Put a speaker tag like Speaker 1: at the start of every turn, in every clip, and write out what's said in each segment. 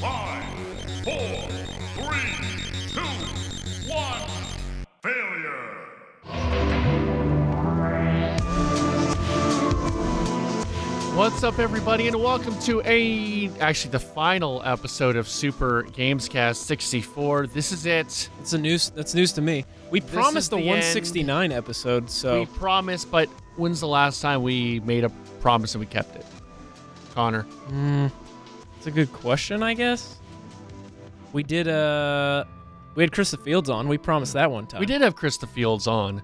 Speaker 1: Five, four, three, two, one. Failure.
Speaker 2: What's up, everybody, and welcome to a actually the final episode of Super Gamescast 64. This is it.
Speaker 3: It's a news. That's news to me. We
Speaker 2: is
Speaker 3: promised the,
Speaker 2: the
Speaker 3: 169 episode, so
Speaker 2: We promise, but when's the last time we made a promise and we kept it? Connor,
Speaker 3: it's a good question, I guess. We did. Uh, we had Chris the Fields on. We promised that one time.
Speaker 2: we did have Krista Fields on.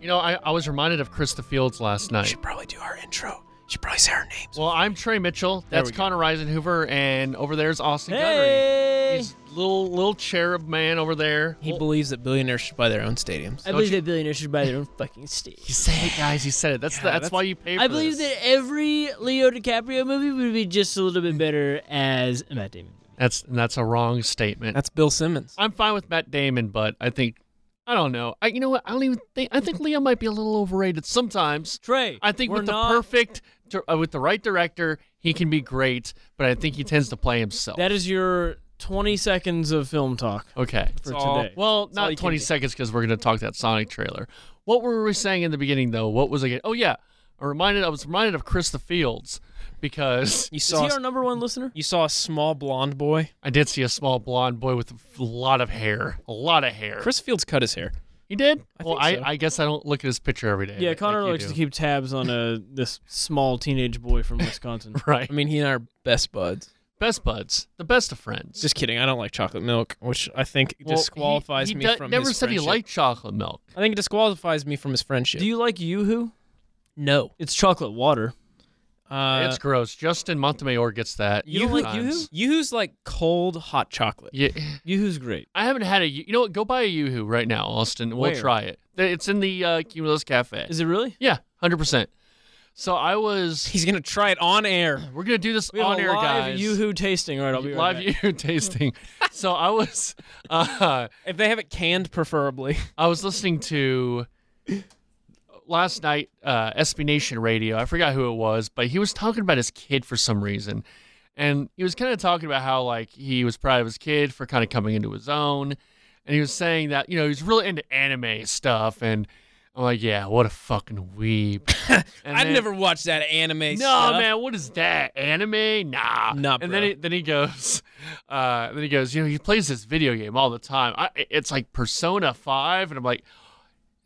Speaker 2: You know, I, I was reminded of Krista Fields last
Speaker 3: We
Speaker 2: night.
Speaker 3: should probably do our intro. We should probably say our names.
Speaker 2: Well, I'm Trey Mitchell. That's
Speaker 3: we go.
Speaker 2: Connor Reisenhoover, and over there's Austin Guttery.
Speaker 4: Hey!
Speaker 2: He's little little cherub man over there.
Speaker 3: he believes that billionaires should buy their own stadiums.
Speaker 4: I believe that billionaires should buy their own fucking
Speaker 2: He
Speaker 4: stage.
Speaker 2: said it, guys. He said it. That's the, that's,
Speaker 3: that's-
Speaker 2: why you pay. For
Speaker 4: I believe
Speaker 2: this.
Speaker 4: that every Leo DiCaprio movie would be just a little bit
Speaker 3: Hmm.
Speaker 4: better as a Matt Damon. movie.
Speaker 2: That's that's a wrong statement.
Speaker 3: That's Bill Simmons.
Speaker 2: I'm fine with Matt Damon, but I think I don't know. I you know what? I don't even think I think Leo might be a little overrated sometimes.
Speaker 4: Trey,
Speaker 2: I think
Speaker 4: we're
Speaker 2: with the
Speaker 4: not,
Speaker 2: perfect dir- uh, with the right director, he can be great, but I think he tends to play himself.
Speaker 4: That is your 20 seconds of film talk
Speaker 2: okay.
Speaker 4: for
Speaker 3: all-
Speaker 4: today.
Speaker 2: Well,
Speaker 4: all you
Speaker 2: not
Speaker 4: can
Speaker 2: 20
Speaker 4: do.
Speaker 2: seconds because we're going to talk that Sonic trailer. What were we saying in the beginning though? What was I? Oh yeah, I reminded I was reminded of Chris the Fields because
Speaker 3: You
Speaker 4: is
Speaker 3: saw.
Speaker 4: he our number one listener?
Speaker 3: you saw a small blonde boy.
Speaker 2: I did see a small blonde boy with a f- lot of hair, a lot of hair.
Speaker 3: Chris Fields cut his hair.
Speaker 2: He did.
Speaker 3: I
Speaker 2: well,
Speaker 3: think
Speaker 2: I,
Speaker 3: so.
Speaker 2: I guess I don't look at his picture every day.
Speaker 4: Yeah,
Speaker 2: like
Speaker 4: Connor
Speaker 2: you
Speaker 4: likes
Speaker 2: do.
Speaker 4: to keep tabs on uh, this small teenage boy from Wisconsin.
Speaker 2: right.
Speaker 3: I mean, he and I are best buds.
Speaker 2: Best buds, the best of friends.
Speaker 3: Just kidding. I don't like chocolate milk, which I think
Speaker 2: Well,
Speaker 3: disqualifies
Speaker 2: he, he
Speaker 3: me
Speaker 2: do-
Speaker 3: from
Speaker 2: Never
Speaker 3: his
Speaker 2: said
Speaker 3: friendship.
Speaker 2: he liked chocolate milk.
Speaker 3: I think it disqualifies me from his friendship.
Speaker 4: Do you like Yoo-Hoo?
Speaker 3: no.
Speaker 4: It's chocolate water.
Speaker 3: Uh,
Speaker 2: it's gross. Justin Montemayor gets that.
Speaker 3: You don't like
Speaker 2: sometimes.
Speaker 3: Yoo-Hoo's like cold hot chocolate.
Speaker 2: Yeah,
Speaker 4: Yoo-Hoo's great.
Speaker 2: I haven't had a. You know what? Go buy a YooHoo right now, Austin. We'll
Speaker 4: Where?
Speaker 2: try it. Th- It's in the uh, Cumulus Cafe.
Speaker 4: Is it really?
Speaker 2: yeah, hundred percent. So I was.
Speaker 3: He's gonna try it on air.
Speaker 2: We're gonna do this
Speaker 4: We have
Speaker 2: on
Speaker 4: a
Speaker 2: air,
Speaker 4: live
Speaker 2: guys.
Speaker 4: Yoo-Hoo tasting. All right, I'll be right
Speaker 2: live
Speaker 4: back.
Speaker 2: YooHoo tasting. so I was. Uh,
Speaker 3: If they have it canned, preferably.
Speaker 2: I was listening to last night uh, SB Nation Radio. I forgot who it was, but he was talking about his kid for some reason, and he was kind of talking about how like he was proud of his kid for kind of coming into his own, and he was saying that you know he's really into anime stuff, and I'm like, yeah, what a fucking weeb. And
Speaker 3: I've
Speaker 2: then-
Speaker 3: never watched that anime.
Speaker 2: no man, what is that anime? Nah,
Speaker 3: Nah,
Speaker 2: And
Speaker 3: bro.
Speaker 2: then he, then he goes, uh, then he goes, you know, he plays this video game all the time. I, it's like Persona Five, and I'm like,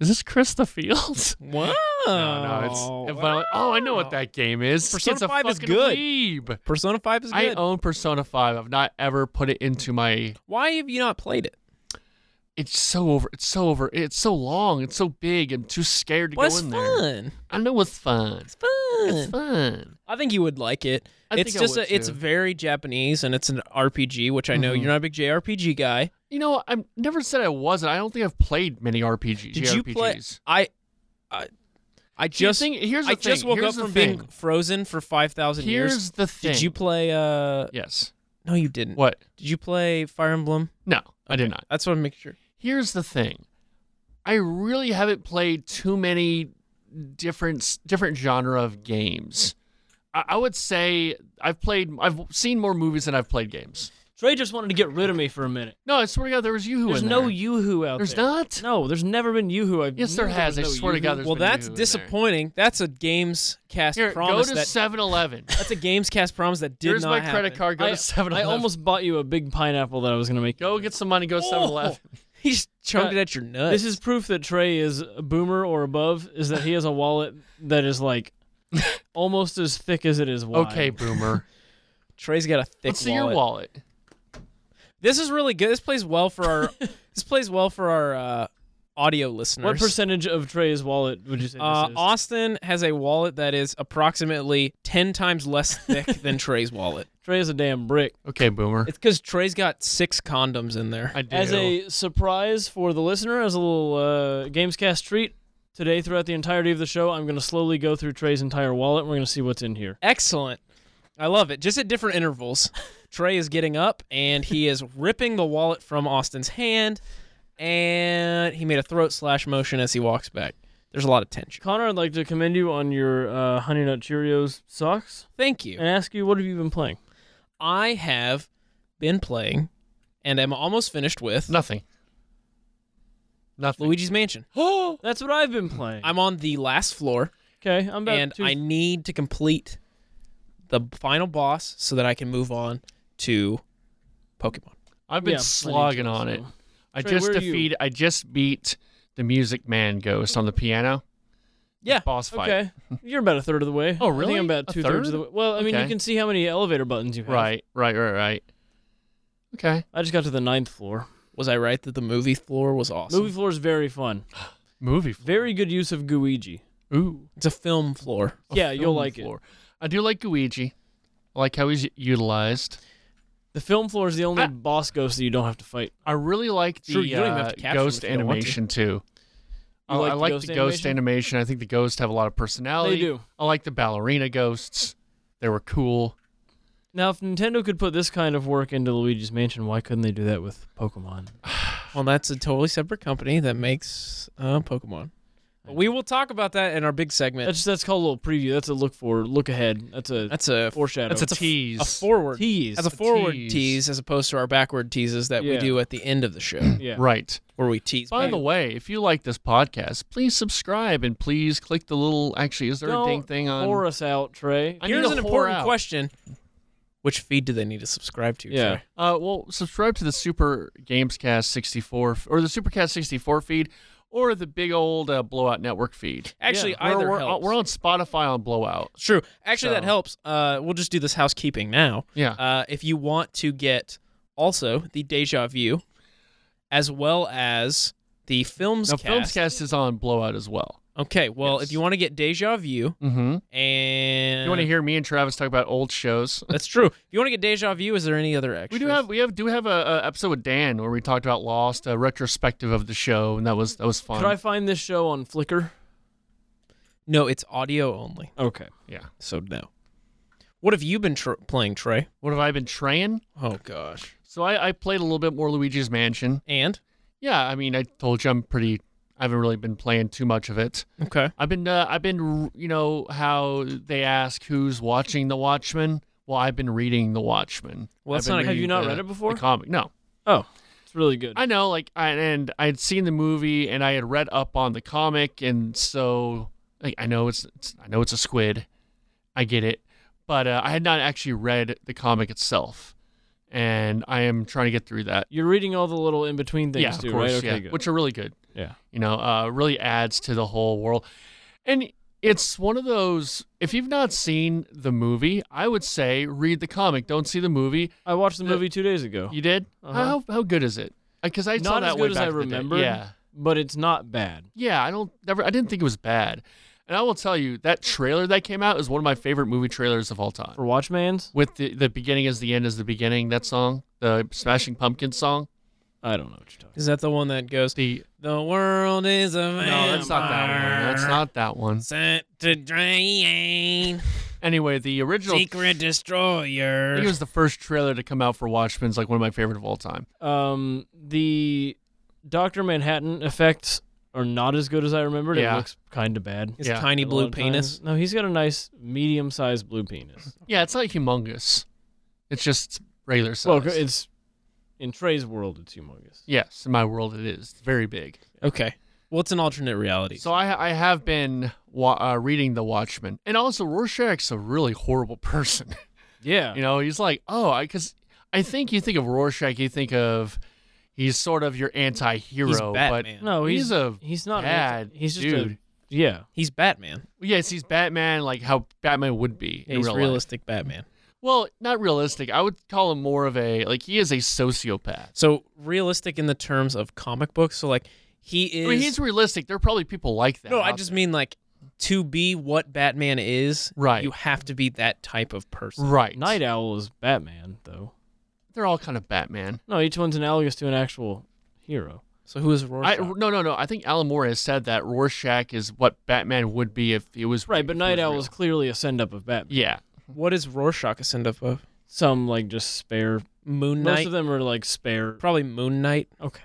Speaker 2: is this Chris the Fields?
Speaker 3: Wow.
Speaker 2: No, no, it's. and finally, oh, I know what that game is. This
Speaker 3: Persona
Speaker 2: kid's a
Speaker 3: 5 is
Speaker 2: fucking
Speaker 3: good.
Speaker 2: weeb.
Speaker 3: Persona Five is
Speaker 2: I
Speaker 3: good.
Speaker 2: own Persona Five. I've not ever put it into my.
Speaker 3: Why have you not played it?
Speaker 2: It's so over. It's so over. It's so long. It's so big. I'm too scared to
Speaker 3: Well,
Speaker 2: go
Speaker 3: it's
Speaker 2: in
Speaker 3: fun.
Speaker 2: there. I know it's fun.
Speaker 3: It's fun.
Speaker 2: It's fun.
Speaker 3: I think you would like it.
Speaker 2: I
Speaker 3: it's
Speaker 2: think I
Speaker 3: just
Speaker 2: would,
Speaker 3: a, it's
Speaker 2: too. Mm-hmm.
Speaker 3: very Japanese and it's an RPG, which I know you're not a big JRPG guy.
Speaker 2: You know, I never said I wasn't. I don't think I've played many RPGs.
Speaker 3: Did you play?
Speaker 2: JRPGs.
Speaker 3: I, I, I
Speaker 2: See, the
Speaker 3: just
Speaker 2: thing- here's the
Speaker 3: I just
Speaker 2: thing,
Speaker 3: woke
Speaker 2: here's
Speaker 3: up
Speaker 2: the
Speaker 3: from
Speaker 2: thing.
Speaker 3: being frozen for five thousand years.
Speaker 2: Here's the thing.
Speaker 3: Did you play? Uh,
Speaker 2: Yes.
Speaker 3: no, you didn't.
Speaker 2: What?
Speaker 3: Did you play Fire Emblem?
Speaker 2: No, I did not.
Speaker 3: That's what I'm making sure.
Speaker 2: Here's the thing. I really haven't played too many different different genre of games. I, I would say I've played. I've seen more movies than I've played games.
Speaker 4: Trey just wanted to get rid of me for a minute.
Speaker 2: No, I swear to God, there was Yoo-Hoo
Speaker 4: There's
Speaker 2: in
Speaker 4: no
Speaker 2: there.
Speaker 4: Yoo-Hoo out
Speaker 2: There's
Speaker 4: there.
Speaker 2: not.
Speaker 4: No, there's never been Yoo-Hoo. I've
Speaker 2: Yes, there
Speaker 4: knew
Speaker 2: has. I
Speaker 4: was no
Speaker 2: swear to God,
Speaker 4: Yoo-Hoo.
Speaker 2: there's
Speaker 3: Well,
Speaker 2: been
Speaker 3: that's
Speaker 2: Yoo-Hoo in there.
Speaker 3: disappointing. That's a Games Cast
Speaker 2: Here, go
Speaker 3: promise
Speaker 2: to
Speaker 3: that
Speaker 2: 7-Eleven.
Speaker 3: that's a Games Cast promise that did
Speaker 2: Here's
Speaker 3: not
Speaker 2: my
Speaker 3: happen.
Speaker 2: credit card. Go
Speaker 4: I,
Speaker 2: to 7-Eleven.
Speaker 4: I almost bought you a big pineapple that I was gonna make.
Speaker 2: go get some money. Go to
Speaker 3: Oh!
Speaker 2: 7-Eleven.
Speaker 3: He just chunked
Speaker 4: Uh,
Speaker 3: it at your nuts.
Speaker 4: This is proof that Trey is a boomer or above. Is that he has a wallet that is like almost as thick as it is wide.
Speaker 2: Okay, boomer.
Speaker 3: Trey's got a thick
Speaker 2: Let's see
Speaker 3: wallet.
Speaker 2: your wallet.
Speaker 3: This is really good. This plays well for our. this plays well for our uh, audio listeners.
Speaker 4: What percentage of Trey's wallet would you say
Speaker 3: Uh,
Speaker 4: this is?
Speaker 3: Austin has a wallet that is approximately ten times less thick than Trey's wallet.
Speaker 4: Trey is a damn brick.
Speaker 2: Okay, boomer.
Speaker 3: It's because Trey's got six condoms in there.
Speaker 2: I do.
Speaker 4: As a surprise for the listener, as a little uh, Gamescast treat, today throughout the entirety of the show, I'm going to slowly go through Trey's entire wallet. and We're going to see what's in here.
Speaker 3: Excellent. I love it. Just at different intervals.
Speaker 4: Trey is getting up and he is ripping the wallet from Austin's hand, and he made a throat slash motion as he walks back. There's a lot of tension.
Speaker 3: Connor, I'd like to commend you on your uh, Honey Nut Cheerios socks
Speaker 4: Thank you.
Speaker 3: and ask you what have you been playing?
Speaker 4: I have been playing, and am almost finished with
Speaker 2: Nothing. Nothing.
Speaker 4: Luigi's Mansion.
Speaker 2: Oh,
Speaker 3: That's what I've been playing.
Speaker 4: I'm on the last floor,
Speaker 3: okay, I'm about
Speaker 4: and
Speaker 3: to.
Speaker 4: I need to complete the final boss so that I can move on to Pokemon.
Speaker 2: I've been
Speaker 3: Yeah, I need to
Speaker 2: slogging on it.
Speaker 3: also.
Speaker 2: I
Speaker 3: Trey,
Speaker 2: just
Speaker 3: where are you?
Speaker 2: defeat. I just beat the Music Man Ghost on the piano.
Speaker 4: Yeah,
Speaker 2: Boss fight.
Speaker 3: okay, you're about a third of the way.
Speaker 2: Oh,
Speaker 3: I
Speaker 2: really?
Speaker 3: think I'm about
Speaker 2: A
Speaker 3: two thirds of
Speaker 2: third?
Speaker 3: the way. Well, I mean, you
Speaker 2: Okay.
Speaker 3: can see how many elevator buttons you have.
Speaker 2: Right. Right. Right. Right. Okay.
Speaker 3: I just got to the ninth floor.
Speaker 4: was I right that the movie floor was awesome?
Speaker 3: Movie floor is very fun.
Speaker 2: Movie. F-
Speaker 3: Very good use of Guiji.
Speaker 2: Ooh.
Speaker 4: It's a film floor.
Speaker 2: a
Speaker 3: Yeah, you'll
Speaker 2: film
Speaker 3: like it.
Speaker 2: floor. I do like Luigi. I like how he's utilized.
Speaker 3: The film floor is the only
Speaker 2: Ah.
Speaker 3: boss ghost that you don't have to fight.
Speaker 2: I really like the
Speaker 4: Sure, you don't even have
Speaker 2: uh,
Speaker 4: to capture
Speaker 2: ghost
Speaker 4: them if you don't want to.
Speaker 2: animation too. I,
Speaker 3: You like
Speaker 2: I
Speaker 3: the
Speaker 2: like
Speaker 3: ghost
Speaker 2: the ghost
Speaker 3: animation?
Speaker 2: animation. I think the ghosts have a lot of personality.
Speaker 3: do.
Speaker 2: I like the ballerina ghosts. They were cool.
Speaker 3: Now, if Nintendo could put this kind of work into Luigi's Mansion, why couldn't they do that with Pokemon?
Speaker 4: Well, that's a totally separate company that makes uh, Pokemon. But we will talk about that in our big segment.
Speaker 3: That's that's called a little preview. That's a look forward, look ahead. That's a
Speaker 4: That's a
Speaker 3: foreshadow.
Speaker 2: That's a tease.
Speaker 4: a forward
Speaker 3: tease.
Speaker 4: as a forward
Speaker 2: tease.
Speaker 4: tease as opposed to our backward teases that we
Speaker 3: Yeah.
Speaker 4: do at the end of the show
Speaker 3: yeah.
Speaker 2: Right.
Speaker 4: where we tease.
Speaker 2: By
Speaker 4: back.
Speaker 2: the way, if you like this podcast, please subscribe and please click the little. Actually, is there a ding
Speaker 3: Don't
Speaker 2: thing on?
Speaker 3: Pour us out, Trey.
Speaker 2: I need
Speaker 4: here's
Speaker 2: to
Speaker 4: an
Speaker 2: whore
Speaker 4: important
Speaker 2: out.
Speaker 4: question: Which feed do they need to subscribe to?
Speaker 3: Yeah.
Speaker 4: Trey?
Speaker 2: Uh, well, subscribe to the Super Gamescast 64 f- or the Supercast 64 feed or the big old uh, Blowout Network feed.
Speaker 4: Actually,
Speaker 2: We're-
Speaker 4: either
Speaker 2: we're, uh,
Speaker 4: helps.
Speaker 2: we're on Spotify on Blowout.
Speaker 4: It's true. Actually, that
Speaker 2: So-
Speaker 4: helps. Uh, we'll just do this housekeeping now.
Speaker 2: Yeah.
Speaker 4: Uh, if you want to get also the Deja Vu, as well as the films
Speaker 2: now,
Speaker 4: cast.
Speaker 2: Filmscast is on Blowout as well.
Speaker 4: Okay. Well,
Speaker 2: Yes.
Speaker 4: if you want to get Deja Vu
Speaker 2: Mm-hmm.
Speaker 4: and
Speaker 2: You want to hear me and Travis talk about old shows?
Speaker 4: that's true. If you want to get Deja Vu, is there any other
Speaker 2: We
Speaker 4: extras?
Speaker 2: do have we have do have a, a episode with Dan where we talked about Lost, a retrospective of the show, and that was that was fun.
Speaker 3: Could I find this show on Flickr?
Speaker 4: no. It's audio only,
Speaker 3: Okay.
Speaker 2: yeah.
Speaker 4: so no. What have you been tr- playing, Trey?
Speaker 2: What have I been traying?
Speaker 4: Oh gosh.
Speaker 2: So I, I played a little bit more Luigi's Mansion.
Speaker 4: And
Speaker 2: Yeah, I mean, I told you I'm pretty. I haven't really been playing too much of it.
Speaker 4: okay.
Speaker 2: I've been, uh, I've been, you know, how they ask who's watching The Watchmen. Well, I've been reading The Watchmen.
Speaker 4: Well, that's
Speaker 2: I've been
Speaker 4: not a- have
Speaker 2: reading
Speaker 3: you not
Speaker 2: the-
Speaker 3: read it before?
Speaker 2: The comic, no.
Speaker 3: Oh, it's really good.
Speaker 2: I know, like, I, and I had seen the movie and I had read up on the comic, and so like, I know it's, it's, I know it's a squid, I get it, but uh, I had not actually read the comic itself, and I am trying to get through that.
Speaker 3: You're reading all the little in between things
Speaker 2: yeah,
Speaker 3: too,
Speaker 2: of course,
Speaker 3: right? Okay,
Speaker 2: yeah,
Speaker 3: good.
Speaker 2: which are really good.
Speaker 3: Yeah.
Speaker 2: you know, uh, really adds to the whole world, and it's one of those. If you've not seen the movie, I would say read the comic. Don't see the movie.
Speaker 3: I watched
Speaker 2: Uh,
Speaker 3: the movie two days ago,
Speaker 2: You did? How how good is it? Because I saw
Speaker 3: Uh-huh. Not as
Speaker 2: that way
Speaker 3: good as
Speaker 2: back
Speaker 3: I
Speaker 2: in the day.
Speaker 3: remembered.
Speaker 2: Yeah,
Speaker 3: but it's not bad.
Speaker 2: yeah. I don't never. I didn't think it was bad, and I will tell you that trailer that came out is one of my favorite movie trailers of all time.
Speaker 3: For Watchman's,
Speaker 2: With the the beginning is the end is the beginning. That song, the Smashing Pumpkins song.
Speaker 3: I don't know what you're talking.
Speaker 4: Is that the one that goes?
Speaker 2: The
Speaker 4: The world is a
Speaker 2: no, that's not that one. That's not that one.
Speaker 4: Sent to drain,
Speaker 2: Anyway, the original.
Speaker 4: secret
Speaker 2: I think it
Speaker 4: destroyer.
Speaker 2: was the first trailer to come out for Watchmen's like one of my favorite of all time.
Speaker 3: About. Um, the Doctor Manhattan effects are not as good as I remembered.
Speaker 2: Yeah.
Speaker 3: It looks kind of bad.
Speaker 4: His
Speaker 2: Yeah.
Speaker 4: tiny
Speaker 3: A lot
Speaker 4: blue
Speaker 3: of
Speaker 4: penis.
Speaker 3: times. No, he's got a nice medium-sized blue penis.
Speaker 2: Yeah, it's not humongous. It's just regular size.
Speaker 3: well, it's in Trey's world, it's humongous.
Speaker 2: yes, in my world it is It's very big.
Speaker 4: Okay. Well, it's an alternate reality.
Speaker 2: So I I have been wa- uh, reading The Watchmen, and also Rorschach's a really horrible person.
Speaker 3: Yeah.
Speaker 2: you know, he's like, oh, I because I think you think of Rorschach, you think of he's sort of your anti-hero,
Speaker 4: he's
Speaker 2: but
Speaker 4: Batman.
Speaker 3: no, he's,
Speaker 2: he's a
Speaker 3: he's not an
Speaker 2: bad
Speaker 3: anti- he's just
Speaker 2: dude.
Speaker 3: a yeah.
Speaker 4: He's Batman.
Speaker 2: yes, he's Batman, like how Batman would be. in
Speaker 4: he's
Speaker 2: real life.
Speaker 4: realistic Batman.
Speaker 2: Well, not realistic. I would call him more of a like he is a sociopath.
Speaker 4: So realistic in the terms of comic books. So like he is.
Speaker 2: I mean, he's realistic. There are probably people like that.
Speaker 4: no, I
Speaker 2: out
Speaker 4: just
Speaker 2: there.
Speaker 4: mean like to be what Batman is.
Speaker 2: Right.
Speaker 4: You have to be that type of person.
Speaker 2: right.
Speaker 3: Night Owl is Batman, though.
Speaker 2: They're all kind of Batman.
Speaker 3: No, each one's analogous to an actual hero.
Speaker 4: So who is
Speaker 2: I,
Speaker 4: Rorschach?
Speaker 2: no, no, no. I think Alan Moore has said that Rorschach is what Batman would be if he was
Speaker 3: Right, but
Speaker 2: if he
Speaker 3: Night
Speaker 2: was
Speaker 3: Owl
Speaker 2: real.
Speaker 3: is clearly a send up of Batman.
Speaker 2: yeah.
Speaker 4: what is Rorschach a send up of?
Speaker 5: Some like just spare.
Speaker 4: Moon
Speaker 5: Most
Speaker 4: Knight.
Speaker 5: of them are like spare.
Speaker 4: Probably Moon Knight.
Speaker 5: Okay.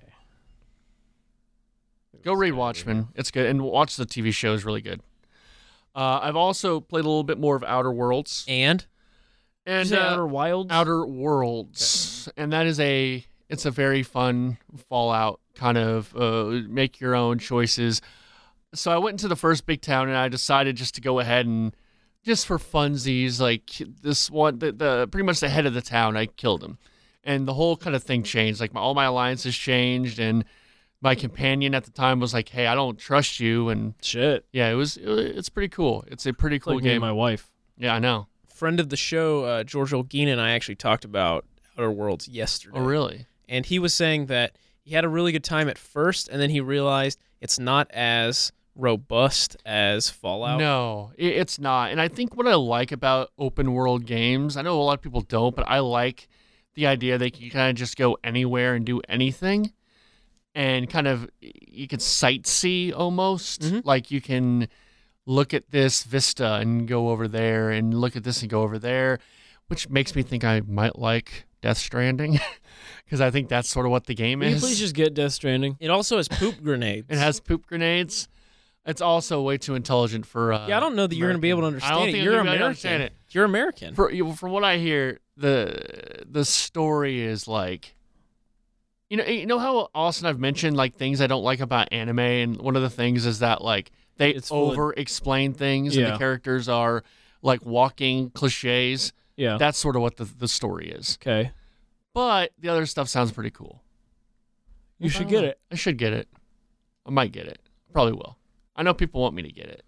Speaker 2: Go read Watchmen. It's good, and watch the TV show is really good. Uh, I've also played a little bit more of Outer Worlds
Speaker 4: And
Speaker 2: and
Speaker 5: Is it
Speaker 2: uh,
Speaker 5: Outer Wilds?
Speaker 2: Outer Worlds, and that is a it's a very fun Fallout kind of uh, make your own choices. So I went into the first big town, and I decided just to go ahead and just for funsies, like this one, the, the pretty much the head of the town, I killed him, and the whole kind of thing changed. Like my, all my alliances changed, and my companion at the time was like, "Hey, I don't trust you," and
Speaker 5: Shit.
Speaker 2: yeah, it was it, it's pretty cool. It's a pretty cool
Speaker 5: like me and
Speaker 2: game.
Speaker 5: my wife.
Speaker 2: yeah, I know.
Speaker 4: friend of the show, uh, George Olguin and I actually talked about Outer Worlds yesterday.
Speaker 2: Oh, really?
Speaker 4: and he was saying that he had a really good time at first, and then he realized it's not as robust as Fallout.
Speaker 2: No, i- it's not. And I think what I like about open world games, I know a lot of people don't, but I like the idea that you kind of just go anywhere and do anything and kind of you can sightsee almost.
Speaker 5: Mm-hmm.
Speaker 4: Mhm.
Speaker 2: Like you can look at this vista and go over there and look at this and go over there, which makes me think I might like Death Stranding because I think that's sort of what the game
Speaker 5: Will you
Speaker 2: is.
Speaker 5: please just get Death Stranding?
Speaker 4: It also has poop grenades.
Speaker 2: It has poop grenades. It's also way too intelligent for. Uh,
Speaker 4: Yeah, I don't know that you're going to be able to
Speaker 2: American. I
Speaker 4: understand
Speaker 2: don't
Speaker 4: it.
Speaker 2: think I'm
Speaker 4: you're
Speaker 2: gonna be able
Speaker 4: American.
Speaker 2: to understand it.
Speaker 4: You're American.
Speaker 2: For, you- from what I hear, the the story is like, you know, you know how Austin I've mentioned like things I don't like about anime, and one of the things is that like they
Speaker 5: It's full of-
Speaker 2: over explain things, and
Speaker 5: Yeah.
Speaker 2: the characters are like walking cliches.
Speaker 5: Yeah.
Speaker 2: That's sort of what the the story is.
Speaker 5: okay.
Speaker 2: But the other stuff sounds pretty cool.
Speaker 5: You should get it.
Speaker 2: I should get it. I might get it. Probably will. I know people want me to get it.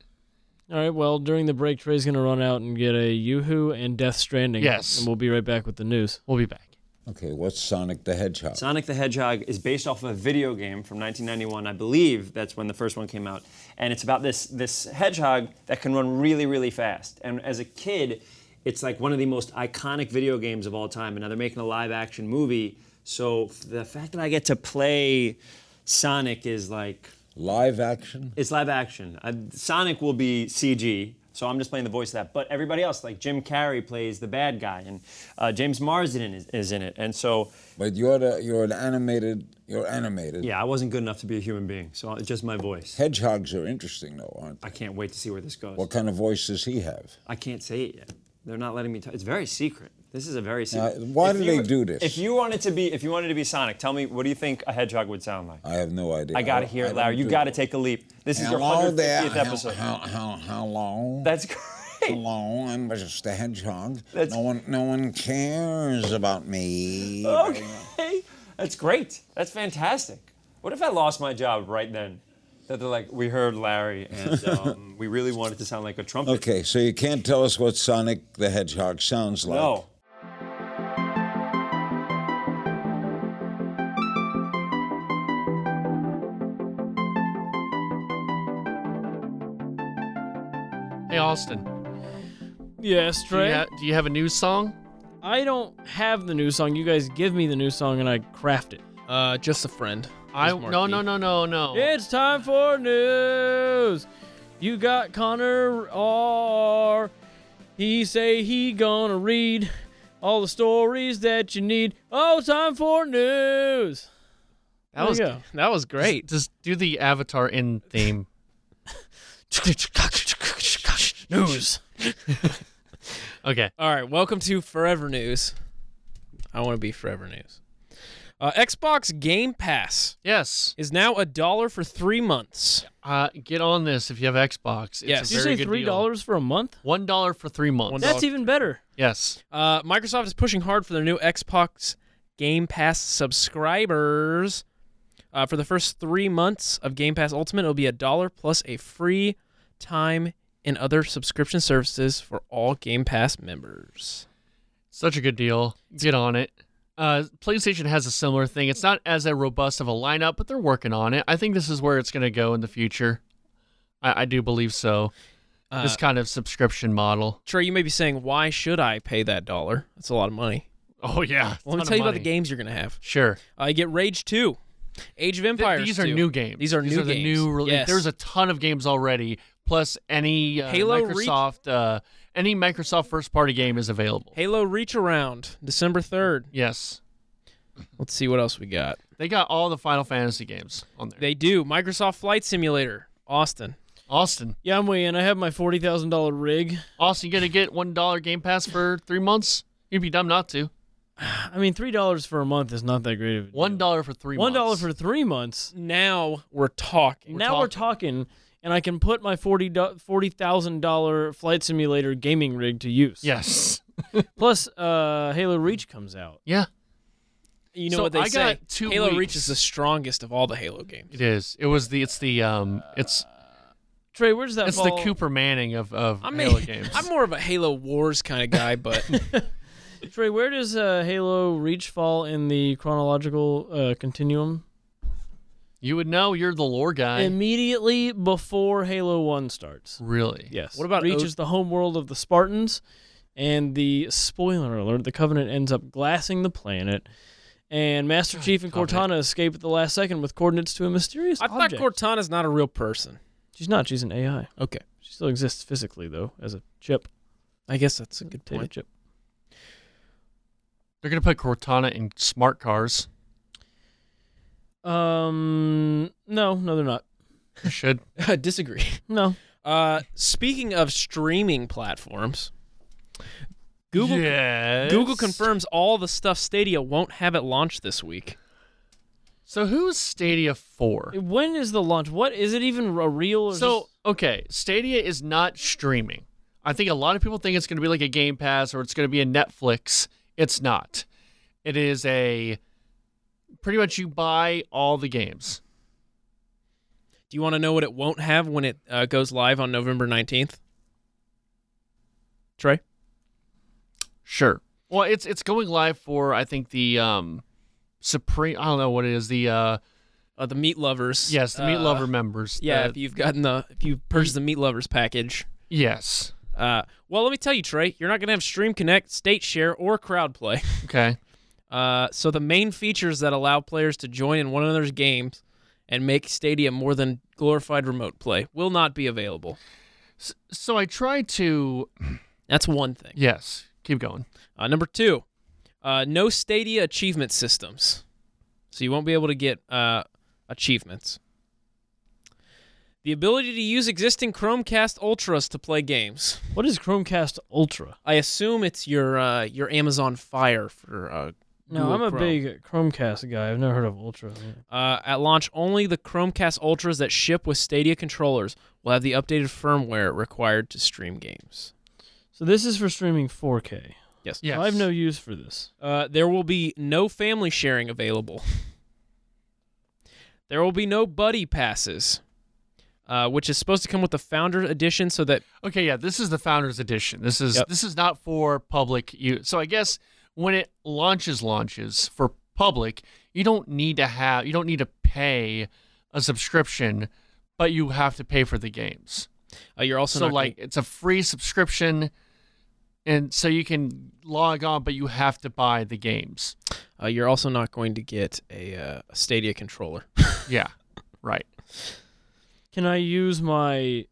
Speaker 5: All right. Well, during the break, Trey's gonna run out and get a YooHoo and Death Stranding.
Speaker 2: Yes.
Speaker 5: And we'll be right back with the news.
Speaker 2: We'll be back.
Speaker 6: Okay, what's Sonic the Hedgehog?
Speaker 7: Sonic the Hedgehog is based off of a video game from 1991, I believe. That's when the first one came out, and it's about this this hedgehog that can run really, really fast. And as a kid, it's like one of the most iconic video games of all time. And now they're making a live action movie, so f- the fact that I get to play Sonic is like
Speaker 6: Live action?
Speaker 7: it's live action. Uh, Sonic will be CG, so I'm just playing the voice of that. But everybody else, like Jim Carrey, plays the bad guy, and uh, James Marsden is, is in it, and so.
Speaker 6: But you're the, you're an animated. You're animated.
Speaker 7: Yeah, I wasn't good enough to be a human being, so it's just my voice.
Speaker 6: Hedgehogs are interesting though, aren't
Speaker 7: I
Speaker 6: they?
Speaker 7: can't wait to see where this goes.
Speaker 6: What kind of voice does he have?
Speaker 7: I can't say it yet. They're not letting me. T- it's very secret. This is a very
Speaker 6: Now,
Speaker 7: secret.
Speaker 6: why
Speaker 7: If
Speaker 6: do
Speaker 7: you-
Speaker 6: they do this?
Speaker 7: If you wanted to be, if you wanted to be Sonic, tell me what do you think a hedgehog would sound like?
Speaker 6: Oh, I have no idea.
Speaker 7: I gotta hear it, Larry. You gotta take a leap. This is your 150th episode.
Speaker 6: How, how, how long?
Speaker 7: That's
Speaker 6: How
Speaker 7: great.
Speaker 6: long? I'm just a hedgehog.
Speaker 7: That's-
Speaker 6: No one, no one cares about me.
Speaker 7: Okay, that's great. That's fantastic. What if I lost my job right then? That they're like, we heard Larry, and um, we really wanted to sound like a trumpet.
Speaker 6: Okay, so you can't tell us what Sonic the Hedgehog sounds like.
Speaker 7: No.
Speaker 2: Hey, Austin,
Speaker 5: Yes,
Speaker 2: do
Speaker 5: Trey.
Speaker 2: you, ha- do you have a new song?
Speaker 5: I don't have the new song. You guys give me the new song and I craft it.
Speaker 4: uh, just a friend.
Speaker 2: I
Speaker 4: Is
Speaker 2: no no
Speaker 4: Marquis.
Speaker 2: no no no.
Speaker 5: It's time for news. You got Connor R. He say he gonna read all the stories that you need. Oh, time for news.
Speaker 4: That was
Speaker 5: There you go.
Speaker 4: that was great.
Speaker 2: Just do the Avatar in theme.
Speaker 5: News.
Speaker 2: Okay.
Speaker 4: All right, welcome to Forever News. I want to be Forever News. Uh, Xbox Game Pass
Speaker 2: Yes.
Speaker 4: is now a dollar for three months.
Speaker 2: Uh, get on this if you have Xbox. It's
Speaker 4: Yes.
Speaker 2: a
Speaker 5: Did you
Speaker 2: very
Speaker 5: say
Speaker 2: good
Speaker 5: three
Speaker 2: deal.
Speaker 5: dollars for a month?
Speaker 2: One dollar for three months.
Speaker 4: One-
Speaker 5: That's even better.
Speaker 2: Yes.
Speaker 4: Uh, Microsoft is pushing hard for their new Xbox Game Pass subscribers. Uh, for the first three months of Game Pass Ultimate, it'll be a dollar plus a free time and other subscription services for all Game Pass members.
Speaker 2: Such a good deal. Get on it. Uh, PlayStation has a similar thing. It's not as a robust of a lineup, but they're working on it. I think this is where it's going to go in the future. I, I do believe so.
Speaker 4: Uh,
Speaker 2: this kind of subscription model.
Speaker 4: Trey, you may be saying, why should I pay that dollar? That's a lot of money.
Speaker 2: Oh yeah. Ton
Speaker 4: Well, let me tell
Speaker 2: of
Speaker 4: you about the
Speaker 2: money.
Speaker 4: games you're going to have.
Speaker 2: Sure.
Speaker 4: Uh, you get Rage 2, Age of Empires.
Speaker 2: these are
Speaker 4: 2.
Speaker 2: new games.
Speaker 4: These are new
Speaker 2: the
Speaker 4: games.
Speaker 2: new release.
Speaker 4: Yes.
Speaker 2: There's a ton of games already. Plus any uh,
Speaker 4: Halo Reach-
Speaker 2: Microsoft uh, any Microsoft first party game is available.
Speaker 4: Halo Reach Around, December 3rd.
Speaker 2: Yes.
Speaker 4: Let's see what else we got.
Speaker 2: They got all the Final Fantasy games on there.
Speaker 4: They do. Microsoft Flight Simulator, Austin.
Speaker 2: Austin.
Speaker 3: Yeah, I'm weighing. I have my forty thousand dollar rig.
Speaker 2: Austin, you gonna get one dollar game pass for three months? You'd be dumb not to.
Speaker 3: I mean, three dollars for a month is not that great of a
Speaker 2: One dollar for three
Speaker 3: one dollar
Speaker 2: months.
Speaker 3: for three months.
Speaker 4: Now we're talking.
Speaker 3: now we're talking, and I can put my forty forty thousand dollar flight simulator gaming rig to use.
Speaker 2: Yes.
Speaker 3: Plus, uh, Halo Reach comes out.
Speaker 2: Yeah.
Speaker 4: You know
Speaker 2: So
Speaker 4: what they
Speaker 2: I
Speaker 4: say?
Speaker 2: got two
Speaker 4: Halo Reach
Speaker 2: weeks.
Speaker 4: is the strongest of all the Halo games.
Speaker 2: It is. It was the it's the um it's
Speaker 3: Trey, where's that?
Speaker 2: it's
Speaker 3: fall?
Speaker 2: the Cooper Manning of, of
Speaker 4: Uh, I
Speaker 2: Halo
Speaker 4: mean,
Speaker 2: games.
Speaker 4: I'm more of a Halo Wars kind of guy, but
Speaker 3: Trey, where does uh, Halo Reach fall in the chronological uh, continuum?
Speaker 2: you would know you're the lore guy.
Speaker 3: Immediately before Halo One starts.
Speaker 2: really?
Speaker 3: Yes.
Speaker 4: What about
Speaker 3: Reach
Speaker 4: O-
Speaker 3: is the homeworld of the Spartans, and the spoiler alert: the Covenant ends up glassing the planet, and Master Chief and
Speaker 2: Covenant.
Speaker 3: Cortana escape at the last second with coordinates to a mysterious
Speaker 4: I thought
Speaker 3: object.
Speaker 4: Cortana's not a real person.
Speaker 3: she's not. She's an AI.
Speaker 4: Okay.
Speaker 3: She still exists physically though, as a chip,
Speaker 4: I guess that's a good
Speaker 3: data
Speaker 4: point.
Speaker 3: chip.
Speaker 2: They're gonna put Cortana in smart cars.
Speaker 3: Um, no, no, they're not.
Speaker 2: They should.
Speaker 4: I disagree.
Speaker 3: No.
Speaker 4: Uh, speaking of streaming platforms, Google
Speaker 2: Yes.
Speaker 4: Google confirms all the stuff Stadia won't have at launch this week.
Speaker 2: So who's Stadia for?
Speaker 3: When is the launch? What is it even a real? Or
Speaker 2: So okay, Stadia is not streaming. I think a lot of people think it's going to be like a Game Pass or it's going to be a Netflix. It's not. It is a pretty much you buy all the games.
Speaker 4: Do you want to know what it won't have when it uh, goes live on November 19th? Trey?
Speaker 2: Sure. Well, it's it's going live for I think the um supreme. I don't know what it is. The uh
Speaker 4: Uh, the Meat Lovers.
Speaker 2: yes, the Meat
Speaker 4: Uh,
Speaker 2: Lover members.
Speaker 4: Yeah,
Speaker 2: The-
Speaker 4: if you've gotten the if you purchased the Meat Lovers package.
Speaker 2: yes.
Speaker 4: Uh, well, let me tell you, Trey, you're not gonna have Stream Connect, State Share, or Crowd Play.
Speaker 2: Okay.
Speaker 4: Uh, so the main features that allow players to join in one another's games and make Stadia more than glorified remote play will not be available.
Speaker 2: So I tried to.
Speaker 4: That's one thing.
Speaker 2: Yes. Keep going.
Speaker 4: Uh, number two, uh, no Stadia achievement systems. So you won't be able to get uh, achievements. The ability to use existing Chromecast Ultras to play games.
Speaker 3: what is Chromecast Ultra?
Speaker 4: I assume it's your uh, your Amazon Fire for. Uh,
Speaker 3: No,
Speaker 4: Google
Speaker 3: I'm a
Speaker 4: Chrome.
Speaker 3: big Chromecast guy. I've never heard of Ultra.
Speaker 4: Uh, at launch, only the Chromecast Ultras that ship with Stadia controllers will have the updated firmware required to stream games.
Speaker 3: So this is for streaming 4K.
Speaker 4: Yes.
Speaker 2: Yes.
Speaker 3: I have no use for this.
Speaker 4: Uh, there will be no family sharing available. There will be no buddy passes, uh, which is supposed to come with the founder edition, so that
Speaker 2: Okay, yeah, this is the founders edition. This is
Speaker 4: Yep.
Speaker 2: this is not for public use. So I guess when it launches launches for public, you don't need to have you don't need to pay a subscription, but you have to pay for the games.
Speaker 4: uh, you're also
Speaker 2: so
Speaker 4: not gonna-
Speaker 2: like it's a free subscription and so you can log on but you have to buy the games.
Speaker 4: uh, you're also not going to get a, uh, a Stadia controller.
Speaker 2: Yeah. Right.
Speaker 3: Can I use my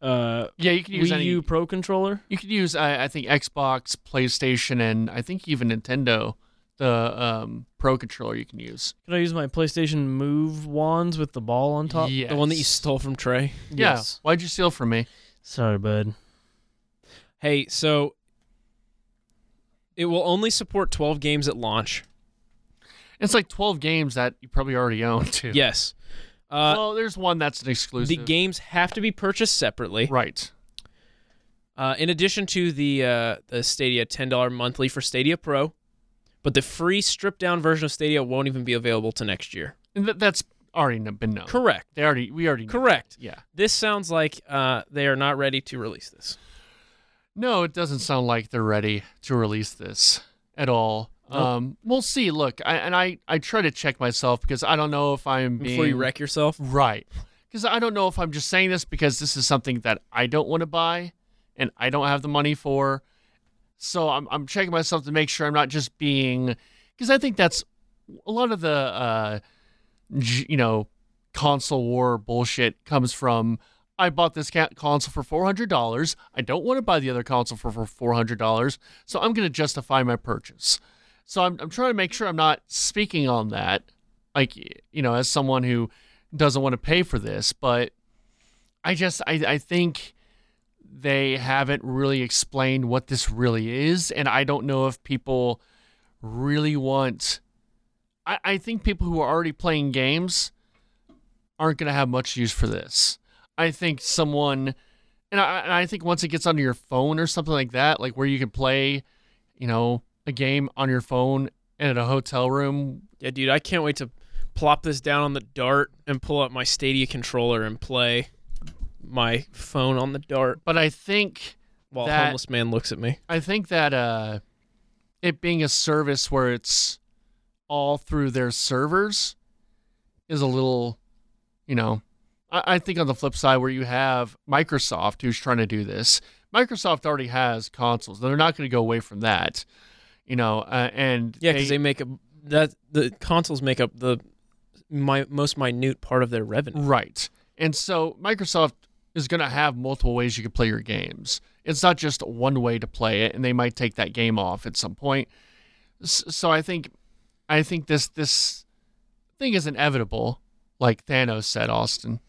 Speaker 3: uh,
Speaker 2: Yeah, you can use
Speaker 3: Wii
Speaker 2: any
Speaker 3: U Pro controller?
Speaker 2: you can use I, I think Xbox, PlayStation and I think even Nintendo the um, pro controller you can use.
Speaker 3: Can I use my PlayStation Move wands with the ball on top?
Speaker 2: Yes.
Speaker 4: The one that you stole from Trey.
Speaker 2: Yeah.
Speaker 3: Yes.
Speaker 2: Why'd you steal from me?
Speaker 3: Sorry, bud.
Speaker 4: Hey, so it will only support 12 games at launch.
Speaker 2: It's like 12 games that you probably already own, too.
Speaker 4: Yes. Uh,
Speaker 2: well, there's one that's an exclusive.
Speaker 4: the games have to be purchased separately.
Speaker 2: Right.
Speaker 4: Uh, in addition to the uh, the Stadia ten dollar monthly for Stadia Pro, but the free stripped down version of Stadia won't even be available to next year.
Speaker 2: And th- that's already kn- been known.
Speaker 4: Correct.
Speaker 2: They already, we already. knew.
Speaker 4: Correct.
Speaker 2: Yeah.
Speaker 4: This sounds like uh, they are not ready to release this.
Speaker 2: No, it doesn't sound like they're ready to release this at all. Um, we'll see. Look, I, and I, I try to check myself because I don't know if I'm being
Speaker 4: Before you wreck yourself,
Speaker 2: Right. Because I don't know if I'm just saying this because this is something that I don't want to buy and I don't have the money for. So I'm, I'm checking myself to make sure I'm not just being. Because I think that's a lot of the, uh, j- you know, console war bullshit comes from I bought this ca- console for four hundred dollars. I don't want to buy the other console for for four hundred dollars, so I'm going to justify my purchase. So I'm I'm trying to make sure I'm not speaking on that, like you know, as someone who doesn't want to pay for this. But I just I I think they haven't really explained what this really is, and I don't know if people really want. I, I think people who are already playing games aren't going to have much use for this. I think someone, and I, and I think once it gets onto your phone or something like that, like where you can play, you know, a game on your phone and at a hotel room.
Speaker 4: Yeah, dude, I can't wait to plop this down on the dart and pull up my Stadia controller and play my phone on the dart
Speaker 2: But I think
Speaker 4: while
Speaker 2: That-
Speaker 4: homeless man looks at me.
Speaker 2: I think that uh, it being a service where it's all through their servers is a little, you know, I, I think on the flip side where you have Microsoft who's trying to do this, Microsoft already has consoles. They're not going to go away from that, you know, uh, and
Speaker 4: Yeah, because they, make up that the consoles make up the my most minute part of their revenue.
Speaker 2: Right. And so Microsoft is going to have multiple ways you can play your games. It's not just one way to play it, and they might take that game off at some point. S- So I think, I think this this thing is inevitable, like Thanos said, Austin.